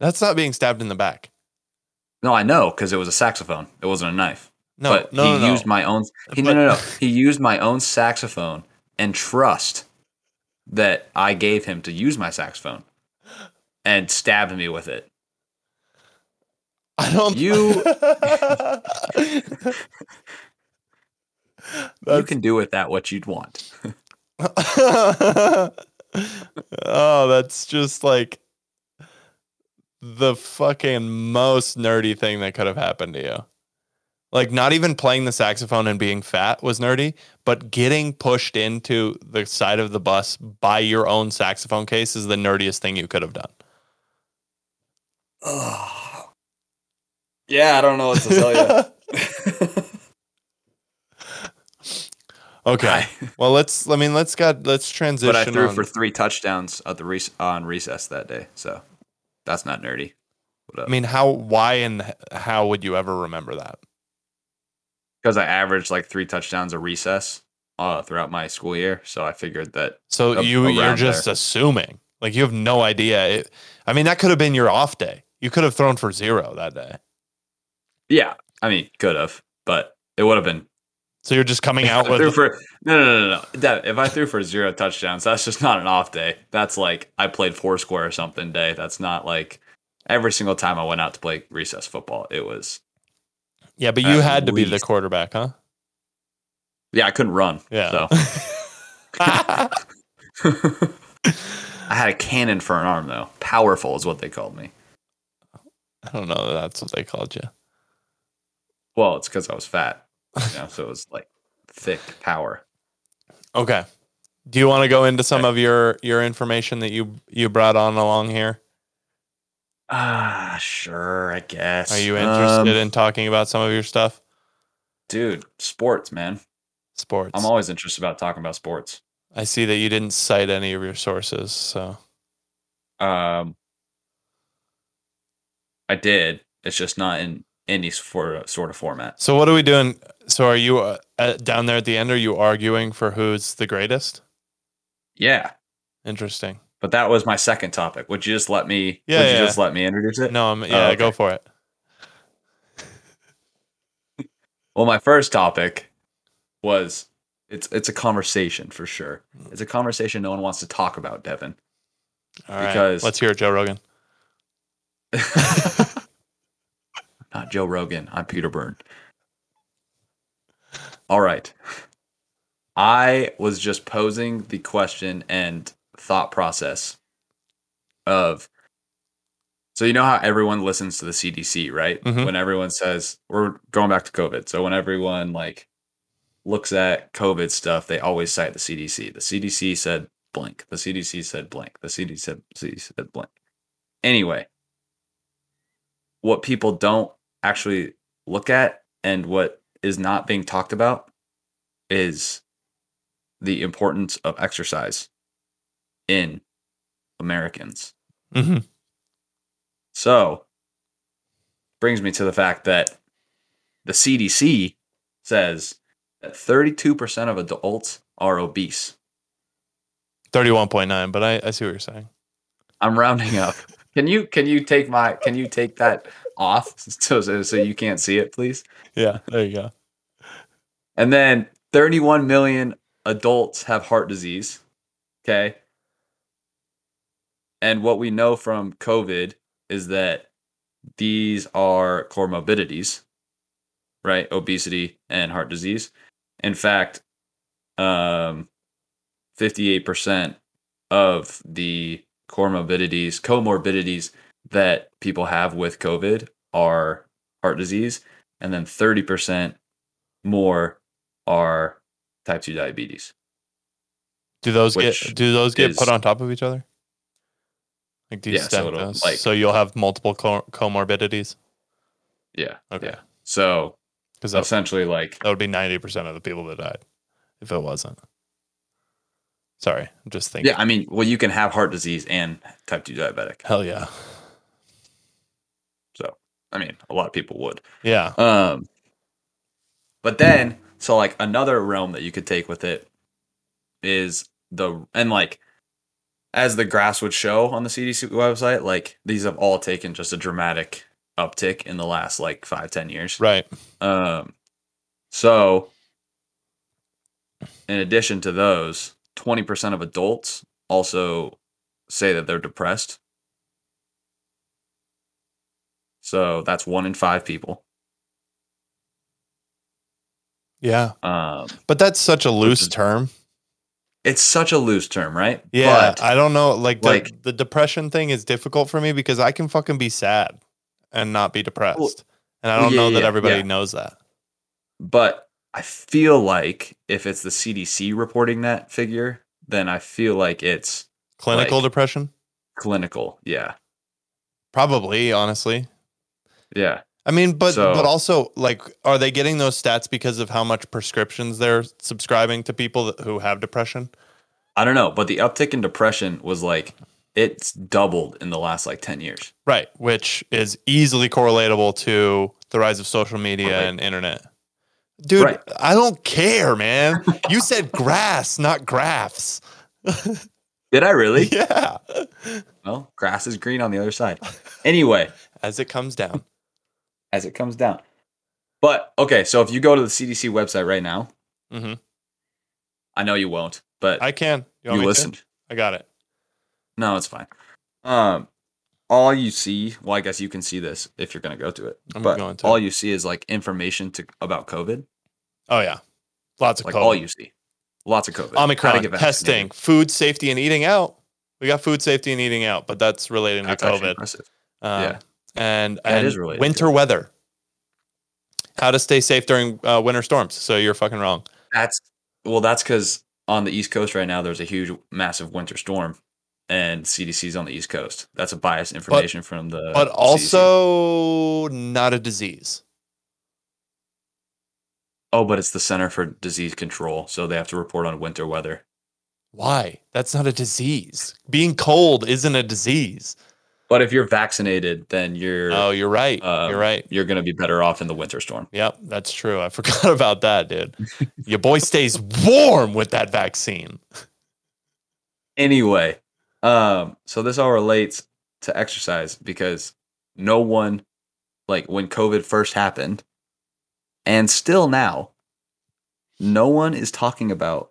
That's not being stabbed in the back.
No, I know because it was a saxophone. It wasn't a knife.
No,
but
no,
he
no, no.
used my own. He,
But-
no, no, no. He used my own saxophone and trust that I gave him to use my saxophone, and stabbed me with it.
I don't.
You- you
That's-
can do with that what you'd want.
oh, that's just like the fucking most nerdy thing that could have happened to you. Like, not even playing the saxophone and being fat was nerdy, but getting pushed into the side of the bus by your own saxophone case is the nerdiest thing you could have done.
Yeah, I don't know what to
okay. Well, let's. I mean, let's got. Let's transition.
but I threw
on-
for three touchdowns at the rec- on recess that day, so that's not nerdy. uh,
I mean, how? Why and h- how would you ever remember that?
Because I averaged like three touchdowns a recess uh, throughout my school year, so I figured that
So
a-
you you're
around
just
there.
assuming, like you have no idea. It, I mean, that could have been your off day. You could have thrown for zero that day.
yeah, I mean could have, but it would have been
So you're just coming out
I threw
with.
for no, no, no, no. That, if I threw for zero touchdowns, that's just not an off day. That's like I played foursquare or something day. That's not like every single time I went out to play recess football. It was
yeah, but you
at
had to be the
least.
quarterback, huh?
yeah, I couldn't run.
Yeah.
So I had a cannon for an arm though. Powerful is what they called me.
I don't know. that That's what they called you.
Well, it's because I was fat, you know, so it was like thick power.
Okay. Do you want to go into some of your your information that you you brought on along here?
Ah, sure, I guess.
Are you
Um,
interested in talking about some of your stuff?
dude? Sports, man.
Sports.
I'm always interested about talking about sports.
I see that you didn't cite any of your sources, so
Um, I did. It's just not in any for, sort of format.
So what are we doing? So are you uh, uh, down there at the end? Are you arguing for who's the greatest?
Yeah,
Interesting.
but that was my second topic. Would you just let me?
Yeah,
would
yeah,
you just let me introduce it?
No, I'm
Oh,
yeah.
okay.
Go for it.
Well, my first topic was it's it's a conversation for sure. It's a conversation no one wants to talk about, Devin.
All right.
Because-
Let's hear it, Joe Rogan.
Not Joe Rogan. I'm Peter Byrne. All right. I was just posing the question and thought process of so you know how everyone listens to the CDC, right?
Mhm.
When everyone says we're going back to COVID. So when everyone like looks at COVID stuff, they always cite the CDC. The CDC said blank. The CDC said blank. The CDC said, CDC said blank. Anyway, what people don't actually look at and what is not being talked about is the importance of exercise in Americans.
Mm-hmm.
So, brings me to the fact that the CDC says that 32% of adults are obese.
Thirty-one point nine. But I, I see what you're saying.
I'm rounding up. Can you can you take my can you take that off so so, so you can't see it please?
Yeah. There you go.
And then 31 million adults have heart disease. Okay. And what we know from COVID is that these are core morbidities, right? Obesity and heart disease. In fact, um, 58% of the core morbidities, comorbidities that people have with COVID are heart disease. And then 30% more are type 2 diabetes.
Do those
Which
get do those get put
is-
on top of each other? Like do you
Yeah, so
stem
it'll,
those?
like-
so you'll have multiple co- comorbidities.
Yeah.
Okay.
So
Because that,
essentially, like,
that would be ninety percent of the people that died if it wasn't. Sorry, I'm just thinking.
yeah, I mean, well, you can have heart disease and type 2 diabetic.
Hell yeah.
I mean, a lot of people would.
Yeah.
Um, but then, so like another realm that you could take with it is the and like as the graphs would show on the CDC website, like these have all taken just a dramatic uptick in the last like five ten years.
Right.
Um, So, in addition to those, 20% of adults also say that they're depressed. So, that's one in five people.
Yeah.
Um,
But that's such a loose
is-
term.
it's such a loose term, right?
Yeah.
But-
I don't know. Like, the,
like-
the depression thing is difficult for me because I can fucking be sad and not be depressed. and I
well,
don't
yeah,
know
yeah,
that
yeah,
everybody
yeah.
knows that.
but I feel like if it's the CDC reporting that figure, then I feel like it's
Clinical
Like-
depression?
clinical. Yeah.
Probably, honestly.
Yeah.
I mean, but
So-
but also like, are they getting those stats because of how much prescriptions they're subscribing to people that, who have depression?
I don't know, but the uptick in depression was like it's doubled in the last like 10 years.
Right, which is easily correlatable to the rise of social media
Right.
and internet. Dude,
Right.
I don't care, man. You said grass, not graphs.
Did I really?
Yeah.
Well, grass is green on the other side. Anyway,
As it comes down.
as it comes down. But okay, so if you go to the CDC website right now,
Mhm.
I know you won't, but
I can.
you,
want me to?
listened.
I got it.
No, it's fine. Um, all you see, well, I guess you can see this if you're going to go to it,
I'm
but
going to.
all you see is like information to about COVID.
Oh, yeah. Lots of
Like
COVID.
all you see, lots of COVID. How to
Omicron
get
testing,
vaccinated.
food safety, and eating out. We got food safety and eating out, but that's relating
That's
to
actually
COVID.
impressive.
Um,
Yeah.
And,
Yeah, it
and
is related to
winter weather. How to stay safe during uh, winter storms. So you're fucking wrong.
That's well, that's because on the East Coast right now, there's a huge, massive winter storm, and CDC's on the East Coast. That's a biased information from the.
But
CDC.
also not a disease.
oh, but it's the Center for Disease Control, so they have to report on winter weather.
Why? That's not a disease. Being cold isn't a disease.
But if you're vaccinated, then you're
Oh, you're right.
Um,
you're right.
you're going to be better off in the winter storm.
Yep, that's true. I forgot about that, dude. Your boy stays warm with that vaccine.
anyway um so this all relates to exercise because no one like when covid first happened and still now no one is talking about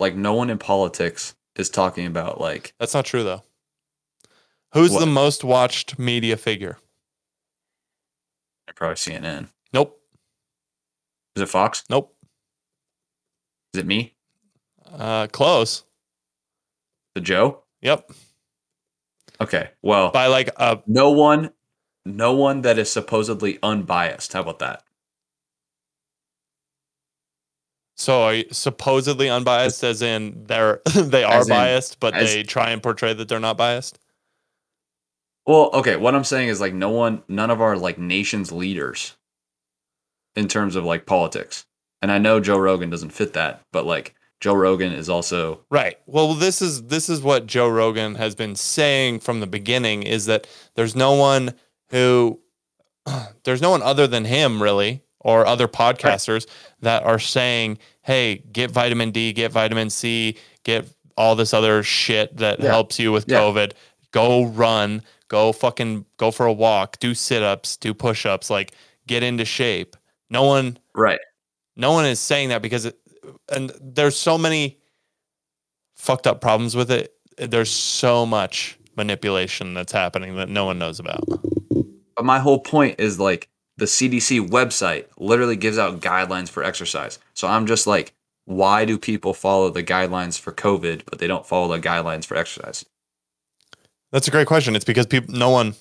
like no one in politics is talking about like
That's not true though. Who's
What?
the most watched media figure?
probably cnn
Nope.
is it fox
Nope.
is it me
Uh, close.
the joe
Yep.
okay well
By like a
no one no one that is supposedly unbiased how about that
so are you supposedly unbiased as in they're they are
As in-
biased, but
as-
they try and portray that they're not biased.
Well, okay, what I'm saying is like no one none of our like nation's leaders in terms of like politics. And I know Joe Rogan doesn't fit that, but like Joe Rogan is also
Right. Well, this is this is what Joe Rogan has been saying from the beginning is that there's no one who there's no one other than him really or other podcasters that are saying, "Hey, get vitamin D, get vitamin C, get all this other shit that
Yeah.
helps you with
Yeah.
COVID. Go run, go fucking go for a walk, do sit-ups, do push-ups, like get into shape." No one
right.
no one is saying that because it, and there's so many fucked up problems with it there's so much manipulation that's happening that no one knows about
But my whole point is like the CDC website literally gives out guidelines for exercise. So I'm just like why do people follow the guidelines for COVID but they don't follow the guidelines for exercise?
that's a great question it's because people no one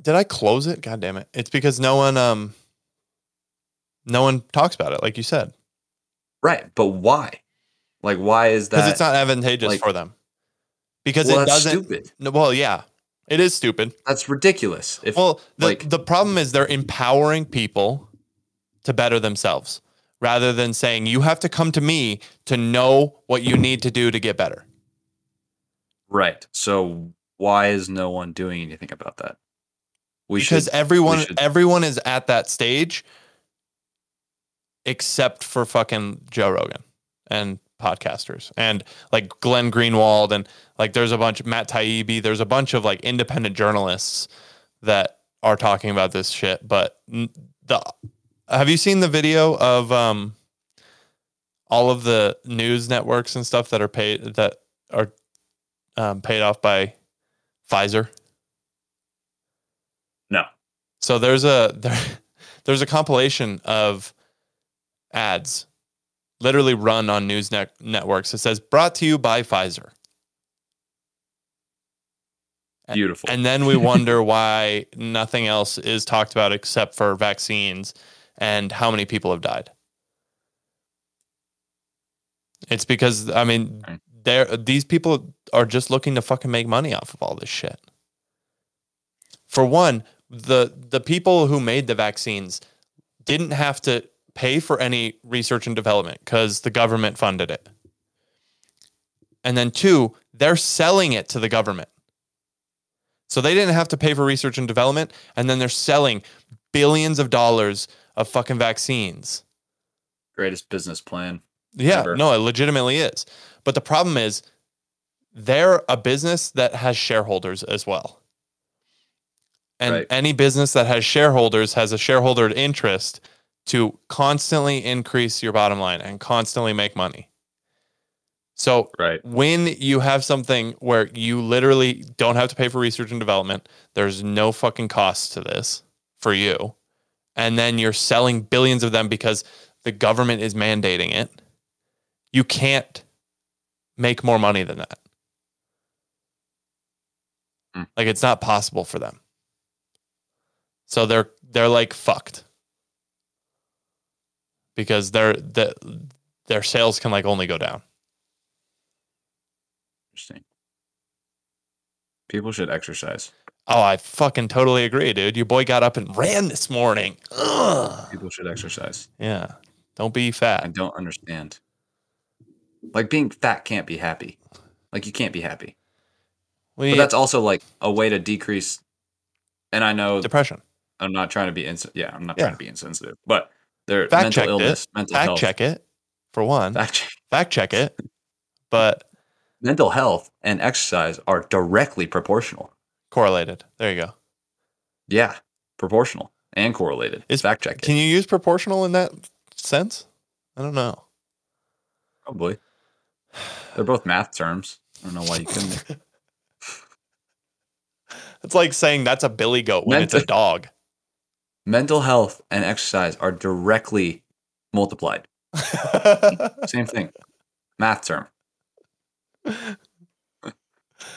did i close it god damn it it's because no one um no one talks about it like you said
Right, but why? Like why is that
because it's not advantageous
like-
for them because
well,
it
that's
doesn't
stupid.
No, well yeah it is stupid
That's ridiculous. If
well the,
like-
the problem is they're empowering people to better themselves rather than saying you have to come to me to know what you need to do to get better
Right. So why is no one doing anything about that? We
because
should.
everyone
should-
everyone is at that stage except for fucking joe rogan and podcasters and like glenn greenwald and like there's a bunch of matt taibbi there's a bunch of like independent journalists that are talking about this shit but n- the Have you seen the video of um, all of the news networks and stuff that are paid that are um, paid off by Pfizer?
No.
So there's a there, there's a compilation of ads literally run on news net- networks. It says brought to you by Pfizer. And-
Beautiful.
And then we wonder why nothing else is talked about except for vaccines and how many people have died. It's because I mean
Right.
they these people are just looking to fucking make money off of all this shit. For one, the the people who made the vaccines didn't have to pay for any research and development cuz the government funded it. And then two, they're selling it to the government. So they didn't have to pay for research and development, and then they're selling billions of dollars of fucking vaccines.
Greatest business plan.
Yeah,
Ever.
no, it legitimately is. But the problem is, they're a business that has shareholders as well. And
Right.
any business that has shareholders has a shareholder interest to constantly increase your bottom line and constantly make money. So
Right.
when you have something where you literally don't have to pay for research and development, there's no fucking cost to this for you, and then you're selling billions of them because the government is mandating it, you can't make more money than that.
Mm.
Like it's not possible for them. So they're they're like fucked. Because their the, their sales can like only go down.
Interesting. People should exercise.
Oh, I fucking totally agree, dude. Your boy got up and ran this morning. Ugh.
People should exercise.
Yeah. Don't be
I
fat.
don't understand. Like being fat can't be happy. Like you can't be happy.
We
But that's also like a way to decrease. And I know
depression.
I'm not trying to be ins- yeah, I'm not
Yeah.
trying to be insensitive, but their
Fact
mental
checked it.
illness, mental
Fact
health,
check it for one.
fact check.
Fact check it. But
mental health and exercise are directly proportional.
correlated. There you go.
Yeah, proportional and correlated.
Is-
It's fact check it,
Can you use proportional in that sense? I don't know.
probably. They're both math terms. I don't know why you couldn't.
It's like saying that's a billy goat when it's a
Mental-
dog.
mental health and exercise are directly multiplied. Same thing. Math term.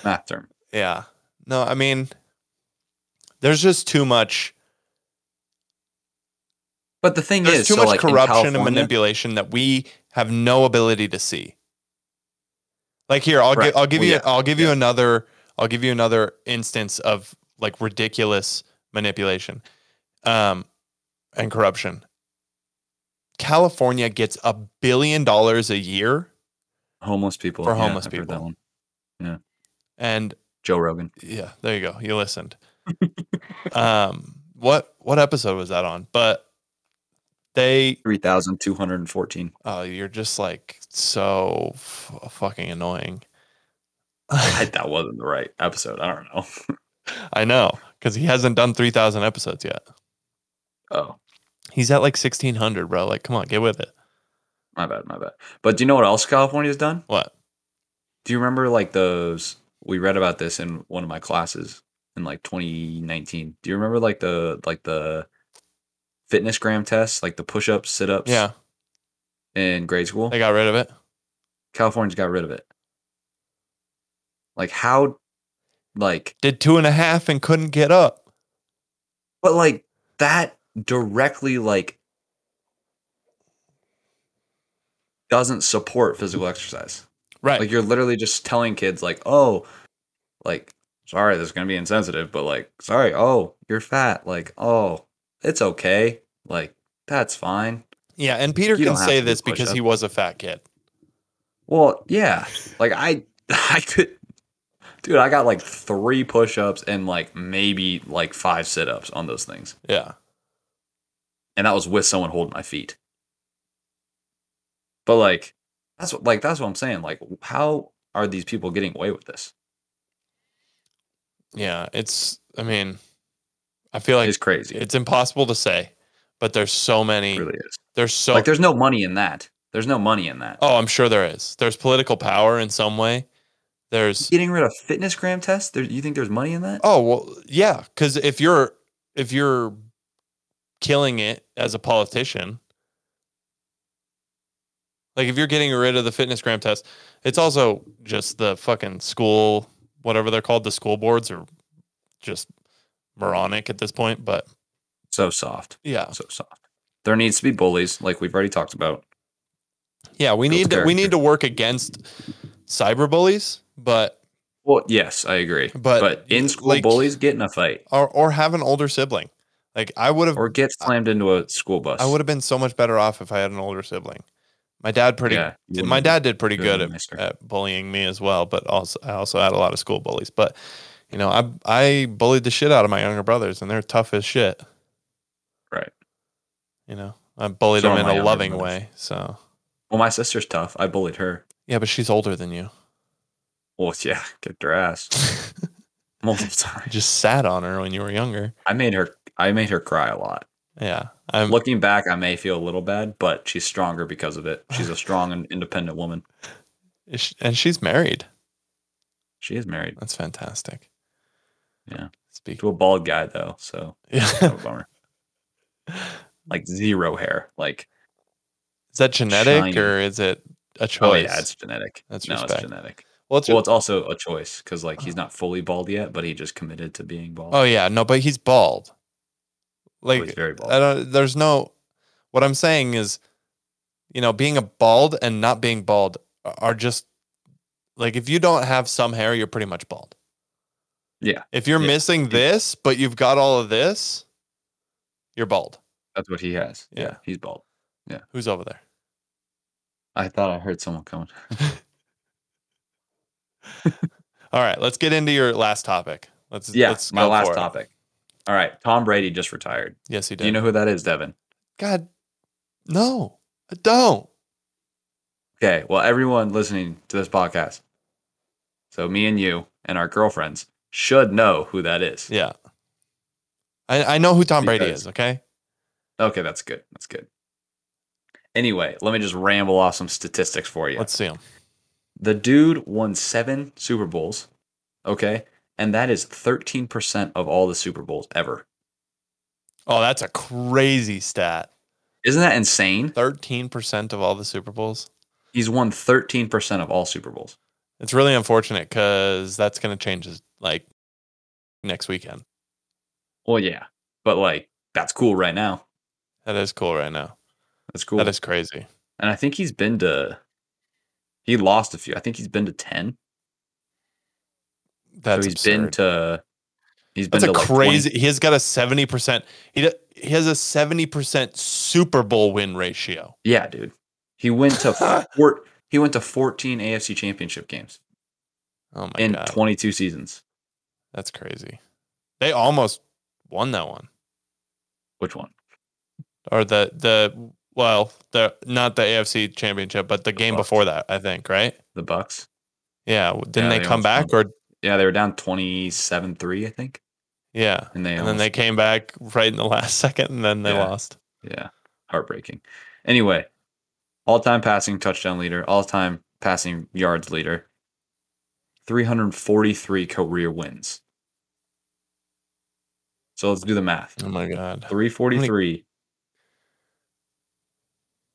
Math term.
Yeah. No, I mean, there's just too much.
But the thing
There's
is,
too
so,
much
like, in
corruption and
California-
manipulation that we have no ability to see. Like here, I'll
Right.
give I'll give
Well,
you
yeah.
I'll give you
Yeah.
another I'll give you another instance of like ridiculous manipulation, um, and corruption. California gets a billion dollars a year,
Homeless people.
For homeless
I've heard that
people.
one.
and
Joe Rogan.
yeah, there you go. You listened. um, what what episode was that on? But they
3,214.
Oh, you're just like so f- fucking annoying.
I, that wasn't the right episode. I don't know.
I know because he hasn't done 3,000 episodes yet.
Oh,
He's at like 1,600, bro. Like, come on, get with it.
my bad, my bad. But do you know what else California's done?
What?
Do you remember like those? We read about this in one of my classes in like 2019. Do you remember like the like the fitness gram tests, like the push ups, sit ups?
Yeah, uh
in grade school.
they got rid of it.
California's got rid of it. Like how, like,
Did two and a half and couldn't get up.
but like that directly like doesn't support physical exercise.
Right.
Like you're literally just telling kids like, oh, like sorry, this is gonna be insensitive, but like sorry, oh, you're fat. Like oh, it's okay. Like that's fine.
yeah, and Peter
You
can
don't have
say
to do
this because he
push-ups.
was a fat kid.
Well, yeah. Like I I could dude, I got like three push ups and like maybe like five sit ups on those things.
Yeah.
And that was with someone holding my feet. But like that's what like that's what I'm saying. Like how are these people getting away with this?
Yeah. It's, I mean, I feel like
it's crazy.
it's impossible to say, but there's so many.
It really is.
There's so
like there's no money in that. There's no money in that.
Oh, I'm sure there is. There's political power in some way. There's
Getting rid of fitness gram tests. There, you think there's money in that?
oh well yeah, because if you're if you're killing it as a politician, like if you're getting rid of the fitness gram test, it's also just the fucking school whatever they're called, the school boards are just moronic at this point. But
So soft.
yeah.
So soft. There needs to be bullies, like we've already talked about.
Yeah, we
Builds
need to, we need
character.
to work against cyberbullies, but
Well, yes, I agree.
But-
But, in school,
like-
bullies get in a fight
or or have an older sibling. Like I would have
or get slammed into a school bus.
I would have been so much better off if I had an older sibling. My dad pretty
Yeah, you
did-
wouldn't
my
have
dad did pretty
been
good at,
nicer.
at bullying me as well, but also I also had a lot of school bullies. But you know, I I bullied the shit out of my younger brothers and they're tough as shit.
Right.
You know, I bullied
So
them
are
in
my
a
younger
loving
brothers.
way. So
Well, my sister's tough. I bullied her.
yeah, but she's older than you.
Well, yeah, kicked her ass multiple
I
times.
just sat on her when you were younger.
I made her. I made her cry a lot.
Yeah. I'm
Looking back, I may feel a little bad, but she's stronger because of it. She's a strong and independent woman.
Is she- And she's married.
She is married
That's fantastic.
Yeah.
Speak.
to a bald guy though, so kind
Yeah.
of a bummer. Like zero hair. Like
Is that genetic
Shiny.
or is it a choice?
oh yeah, it's genetic.
That's
no,
respect.
it's genetic.
well, it's
Well, it's also a choice because like he's not fully bald yet, but he just committed to being bald.
oh yeah, no, but he's bald.
So
Like
Oh, he's very bald.
I don't. There's no. What I'm saying is, you know, being a bald and not being bald are just like if you don't have some hair, you're pretty much bald.
Yeah.
If you're
Yeah.
missing this, but you've got all of this, you're bald.
That's what he has. Yeah.
Yeah.
he's bald.
Who's over there?
I thought I heard someone coming.
All right, let's get into your last topic. Let's
Yeah,
let's
my
go
last
for it.
topic. All right, Tom Brady just retired.
Yes, he did.
Do you know who that is, Devin?
God, no, I don't.
Okay, well, everyone listening to this podcast, so me and you and our girlfriends should know who that is.
Yeah. I, I know who Tom Brady
Because-
is, okay?
Okay, that's good. That's good. Anyway, let me just ramble off some statistics for you.
Let's see him.
The dude won seven Super Bowls, okay? And that is 13% of all the Super Bowls ever.
Oh, that's a crazy stat.
Isn't that insane?
13% of all the Super Bowls.
He's won 13% of all Super Bowls.
It's really unfortunate because that's going to change his, like next weekend.
Well, yeah, but like, that's cool right now.
That is cool right now.
That's cool.
That is crazy.
and I think he's been to, he lost a few. I think he's been to 10.
That's
so he's
absurd.
been to, he's been
that's a
to like 20
crazy. He's got a 70%. He, d- he has a 70% Super Bowl win ratio.
Yeah, dude. He went to four, he went to 14 AFC championship games
Oh my
in
God.
22 seasons.
that's crazy. They almost won that one.
Which one?
or the the well the not the AFC championship but the game
Bucks.
before that I think right
The Bucks.
yeah w-
Yeah,
didn't they
they
come
almost
back or
Yeah, they were down 27-3, I think.
yeah
And they
and then they came back right in the last second and then they
Yeah.
lost
yeah, heartbreaking. Anyway, all-time passing touchdown leader, all-time passing yards leader. 343 career wins. So let's do the math.
oh my god
343.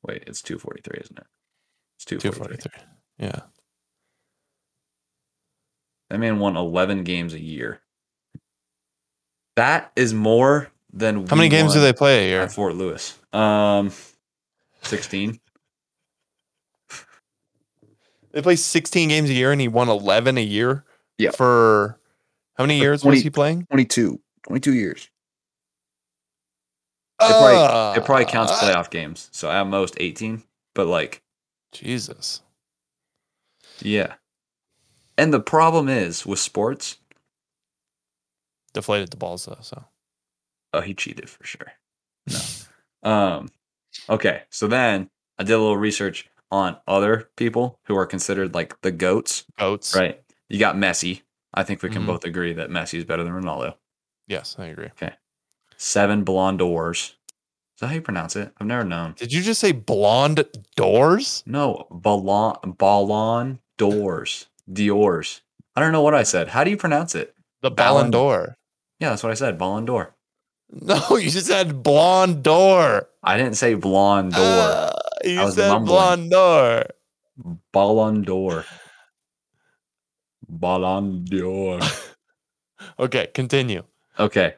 Wait, it's 243, isn't it? It's 243.
243 yeah
That man won 11 games a year. That is more than
how many
we
games do
won
they play a year
at Fort Lewis. Um, 16.
they play 16 games a year and he won 11 a year
Yeah.
for how many
For
years
20
was he playing
22. 22 years. It probably, it probably counts
Ah,
playoff games. So at most 18. But like,
Jesus
yeah. And the problem is with sports,
deflated the balls though so
oh, he cheated for sure. No. um, okay. So then I did a little research on other people who are considered like the GOATs.
goats
Right. You got Messi. I think we can
Mhm.
both agree that Messi is better than Ronaldo.
yes I agree
Seven Blonde d'Ors, Is that how you pronounce it? I've never known.
Did you just say blonde doors?
No, Ballon, Ballon Doors, Dior's. I don't know what I said. How do you pronounce it?
The
Ballon-
Ballon d'Or.
Yeah, that's what I said. Ballon d'Or.
No, you just said blonde door.
I didn't say blonde door.
Uh, you
I was
said
mumbling.
blonde door.
Ballon d'Or. Ballon d'Or.
Okay, continue.
Okay.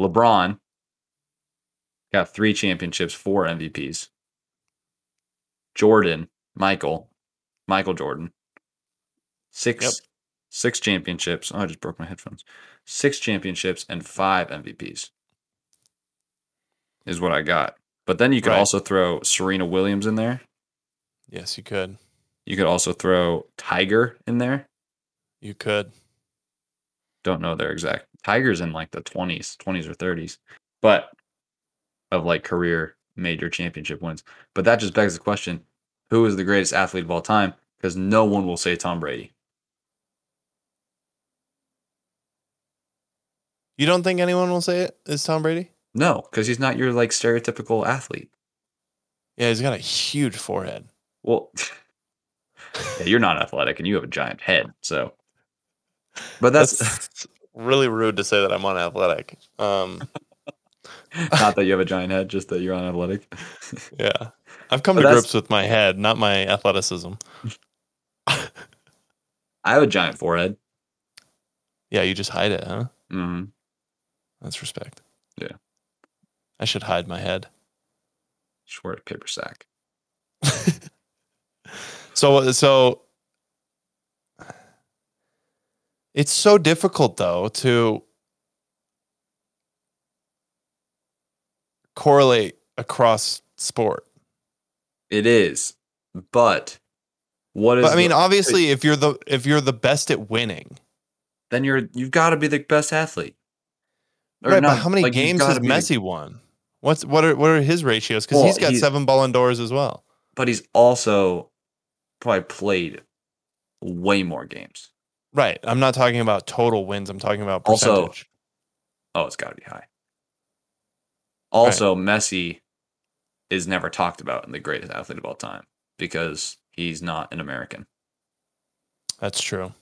LeBron got three championships, four MVPs. Jordan, Michael, Michael Jordan, six
Yep.
six championships. Oh, I just broke my headphones. Six championships and five MVPs is what I got. But then you could
Right.
also throw Serena Williams in there.
Yes, you could.
You could also throw Tiger in there.
You could.
don't know their exact tigers in like the 20s 20s or 30s but of like career major championship wins but that just begs the question who is the greatest athlete of all time because no one will say tom brady
You don't think anyone will say it is Tom Brady?
no because he's not your like stereotypical athlete
Yeah, he's got a huge forehead.
well yeah, you're not athletic and you have a giant head so but that's,
really rude to say that I'm unathletic. Um,
not that you have a giant head just that you're unathletic
yeah, I've come
But
to
that's-
grips with my head, not my athleticism.
i have a giant forehead
Yeah, you just hide it, huh?
hmm
That's respect.
Yeah.
I should hide my head.
just wear a paper sack
So so it's so difficult though to correlate across sport.
it is but what is
But I mean,
the-
obviously, if you're the if you're the best at winning,
then you're you've got to be the best athlete. Or
right? But
not,
how many
like, you've
games
gotta
has
be the-
Messi won? What's what are what are his ratios? Because
Well,
he's got
he-
seven Ballon d'Ors as well.
but he's also probably played way more games.
Right. I'm not talking about total wins. I'm talking about
Also,
percentage.
Oh, it's got to be high. Also, Messi is never talked about in the greatest athlete of all time because he's not an American.
That's true.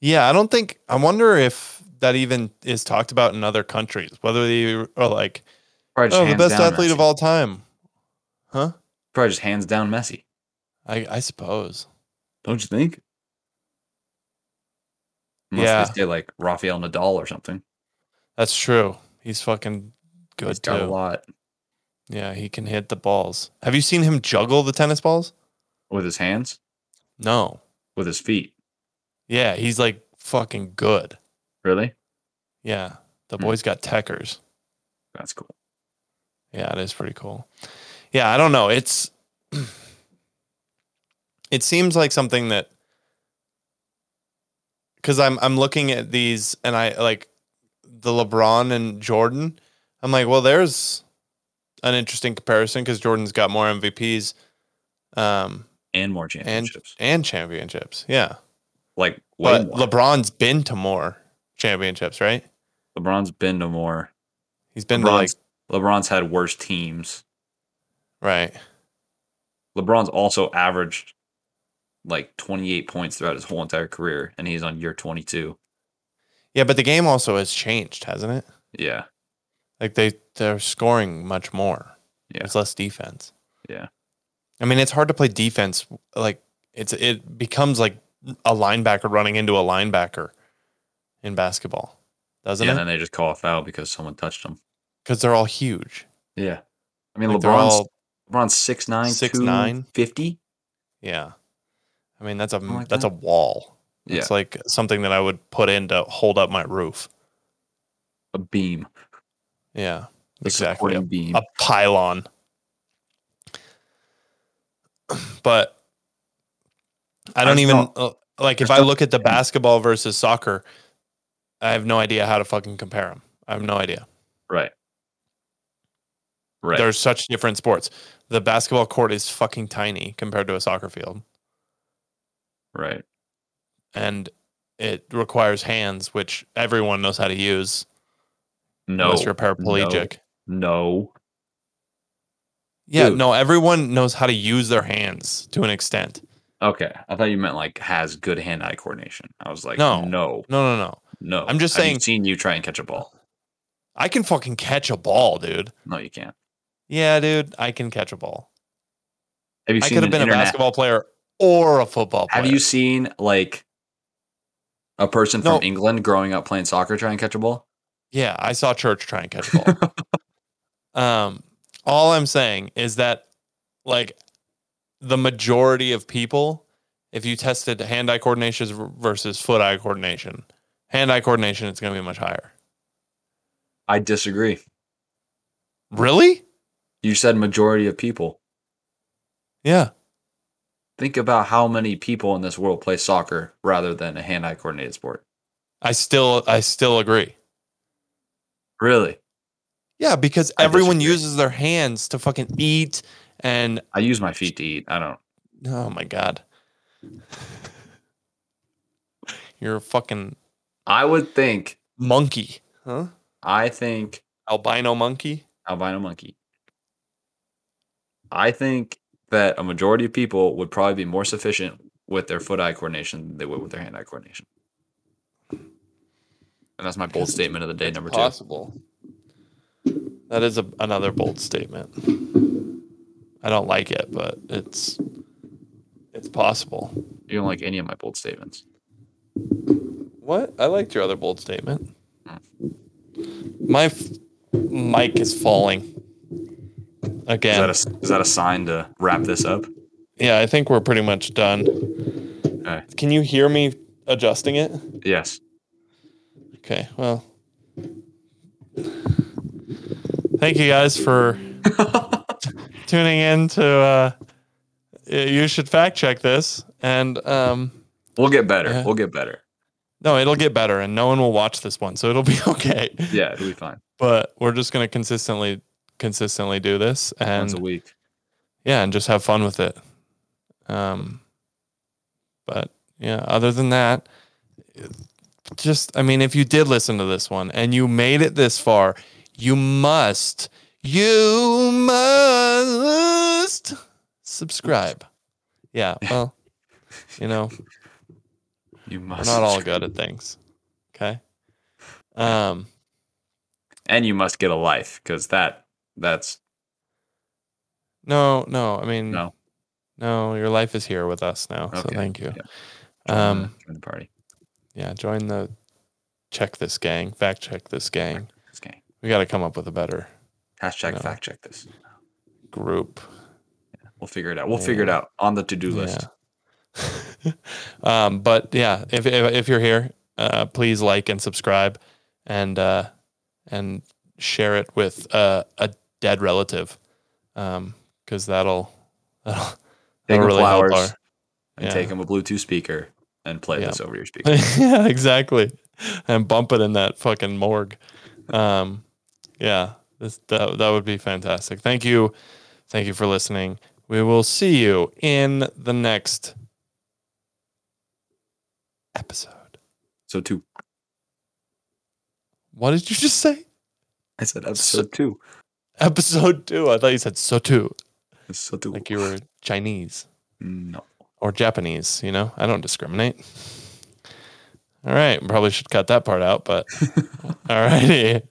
Yeah, I don't think I wonder if that even is talked about in other countries, whether they are like,
Probably just
oh, the
hands
best
down
athlete of
Messi.
all time. Huh?
Probably just hands down Messi.
I, I suppose.
Don't you think? Unless
Yeah.
they say like Rafael Nadal or something.
That's true. He's fucking good
He's got a
too.
lot
Yeah, he can hit the balls. Have you seen him juggle the tennis balls?
with his hands,
No.
with his feet.
Yeah, he's like fucking good.
Really?
Yeah. The
Hmm.
boy's got techers.
That's cool.
Yeah, it is pretty cool. Yeah, I don't know. It's it seems like something that because I'm I'm looking at these and I like the LeBron and Jordan. I'm like, well, there's an interesting comparison because Jordan's got more MVPs um,
And more
and
championships.
and championships. Yeah,
like way
but
more.
LeBron's been to more championships, right?
LeBron's been to more.
He's been to like
LeBron's, LeBron's had worse teams.
right.
LeBron's also averaged like 28 points throughout his whole entire career, and he's on year 22.
Yeah, but the game also has changed, hasn't it?
Yeah,
Like they they're scoring much more.
Yeah.
There's less defense.
Yeah.
I mean, it's hard to play defense like it's it becomes like a linebacker running into a linebacker in basketball. Doesn't
yeah. And
it?
then they just call a foul because someone touched him.
Cuz they're all huge.
Yeah, I mean
Like, they're
LeBron's
all-
LeBron's six nine,
6'9".
50.
yeah. I mean, that's a
Something like
that's
that.
a wall.
Oh Yeah,
It's like something that I would put in to hold up my roof.
a beam,
Yeah.
the
exactly.
supporting beam.
a pylon. But I don't
just
even
don't-
uh, like if
there's
I
no-
look at the basketball versus soccer, I have no idea how to fucking compare them. I have no idea.
right, right.
They're such different sports. The basketball court is fucking tiny compared to a soccer field,
right.
and it requires hands, which everyone knows how to use
No,
unless you're a paraplegic.
no.
Yeah,
Dude.
no, everyone knows how to use their hands to an extent.
Okay, I thought you meant like has good hand-eye coordination. I was like,
No.
no, no,
No, no, no.
no.
I'm just
Have you
saying-
seen you try and catch a ball.
I can fucking catch a ball, dude.
No, you can't.
Yeah, dude, I can catch a ball.
Have you
I
seen
could have
an
been a
interna-
basketball player or a football player.
Have you seen like a person
No.
from England growing up playing soccer try and catch a ball?
Yeah, I saw Church try and catch a ball. um, all I'm saying is that, like, the majority of people, if you tested hand-eye coordination versus foot-eye coordination, hand-eye coordination is going to be much higher.
I disagree.
Really?
You said majority of people.
Yeah.
Think about how many people in this world play soccer rather than a hand-eye coordinated sport.
I still, I still agree.
Really?
Yeah, because
I
everyone
disagree.
uses their hands to fucking eat and
I use my feet to eat. I don't.
oh my god. You're a fucking
I would think.
monkey. Huh?
I think
Albino monkey?
albino monkey. I think that a majority of people would probably be more sufficient with their foot-eye coordination than they would with their hand-eye coordination. And that's my bold statement of the day, number two.
Possible. That is a, another bold statement. I don't like it, but it's it's possible.
You don't like any of my bold statements.
What? I liked your other bold statement. My f- mic is falling.
Is
Again.
that a is that a sign to wrap this up?
Yeah, I think we're pretty much done.
Okay.
Can you hear me adjusting it?
Yes.
Okay, well. Thank you guys for tuning in to uh you should fact check this and um
We'll get better.
Yeah.
We'll get better.
no, it'll get better and no one will watch this one, so it'll be okay.
Yeah, it'll be fine.
But we're just going to consistently consistently do this and
Once a week.
yeah, and just have fun with it. Um, but yeah, other than that, just I mean, if you did listen to this one and you made it this far, you must, you must subscribe. Yeah, well, you know,
You
we're
must
not all
subscribe.
good at things. Okay. Um,
and you must get a life because that that's
no, no, I mean,
No.
no, your life is here with us now. So
Okay,
thank you. Um,
um the party.
Yeah, join the check this gang, fact check this gang.
Okay.
We got to come up with a better
Hashtag
No.
fact check this.
group.
We'll figure it out. We'll figure it
Yeah.
out on the to do list.
Yeah. um, but yeah, if, if if you're here, uh, please like and subscribe, and uh, and share it with uh, a dead relative, because that'll that'll,
Take
that'll
them
really
flowers
help.
and
Yeah.
take them a Bluetooth speaker and play
Yeah.
this over your speaker.
Our, yeah, exactly, and bump it in that fucking morgue. Um, yeah, this that that would be fantastic. Thank you, thank you for listening. We will see you in the next episode.
So two.
What did you just say?
I said episode two.
Episode two. I thought you said so too,
So two. Mm,
like you were Chinese
No.
or Japanese. You know, I don't discriminate. All right, probably should cut that part out, but all righty.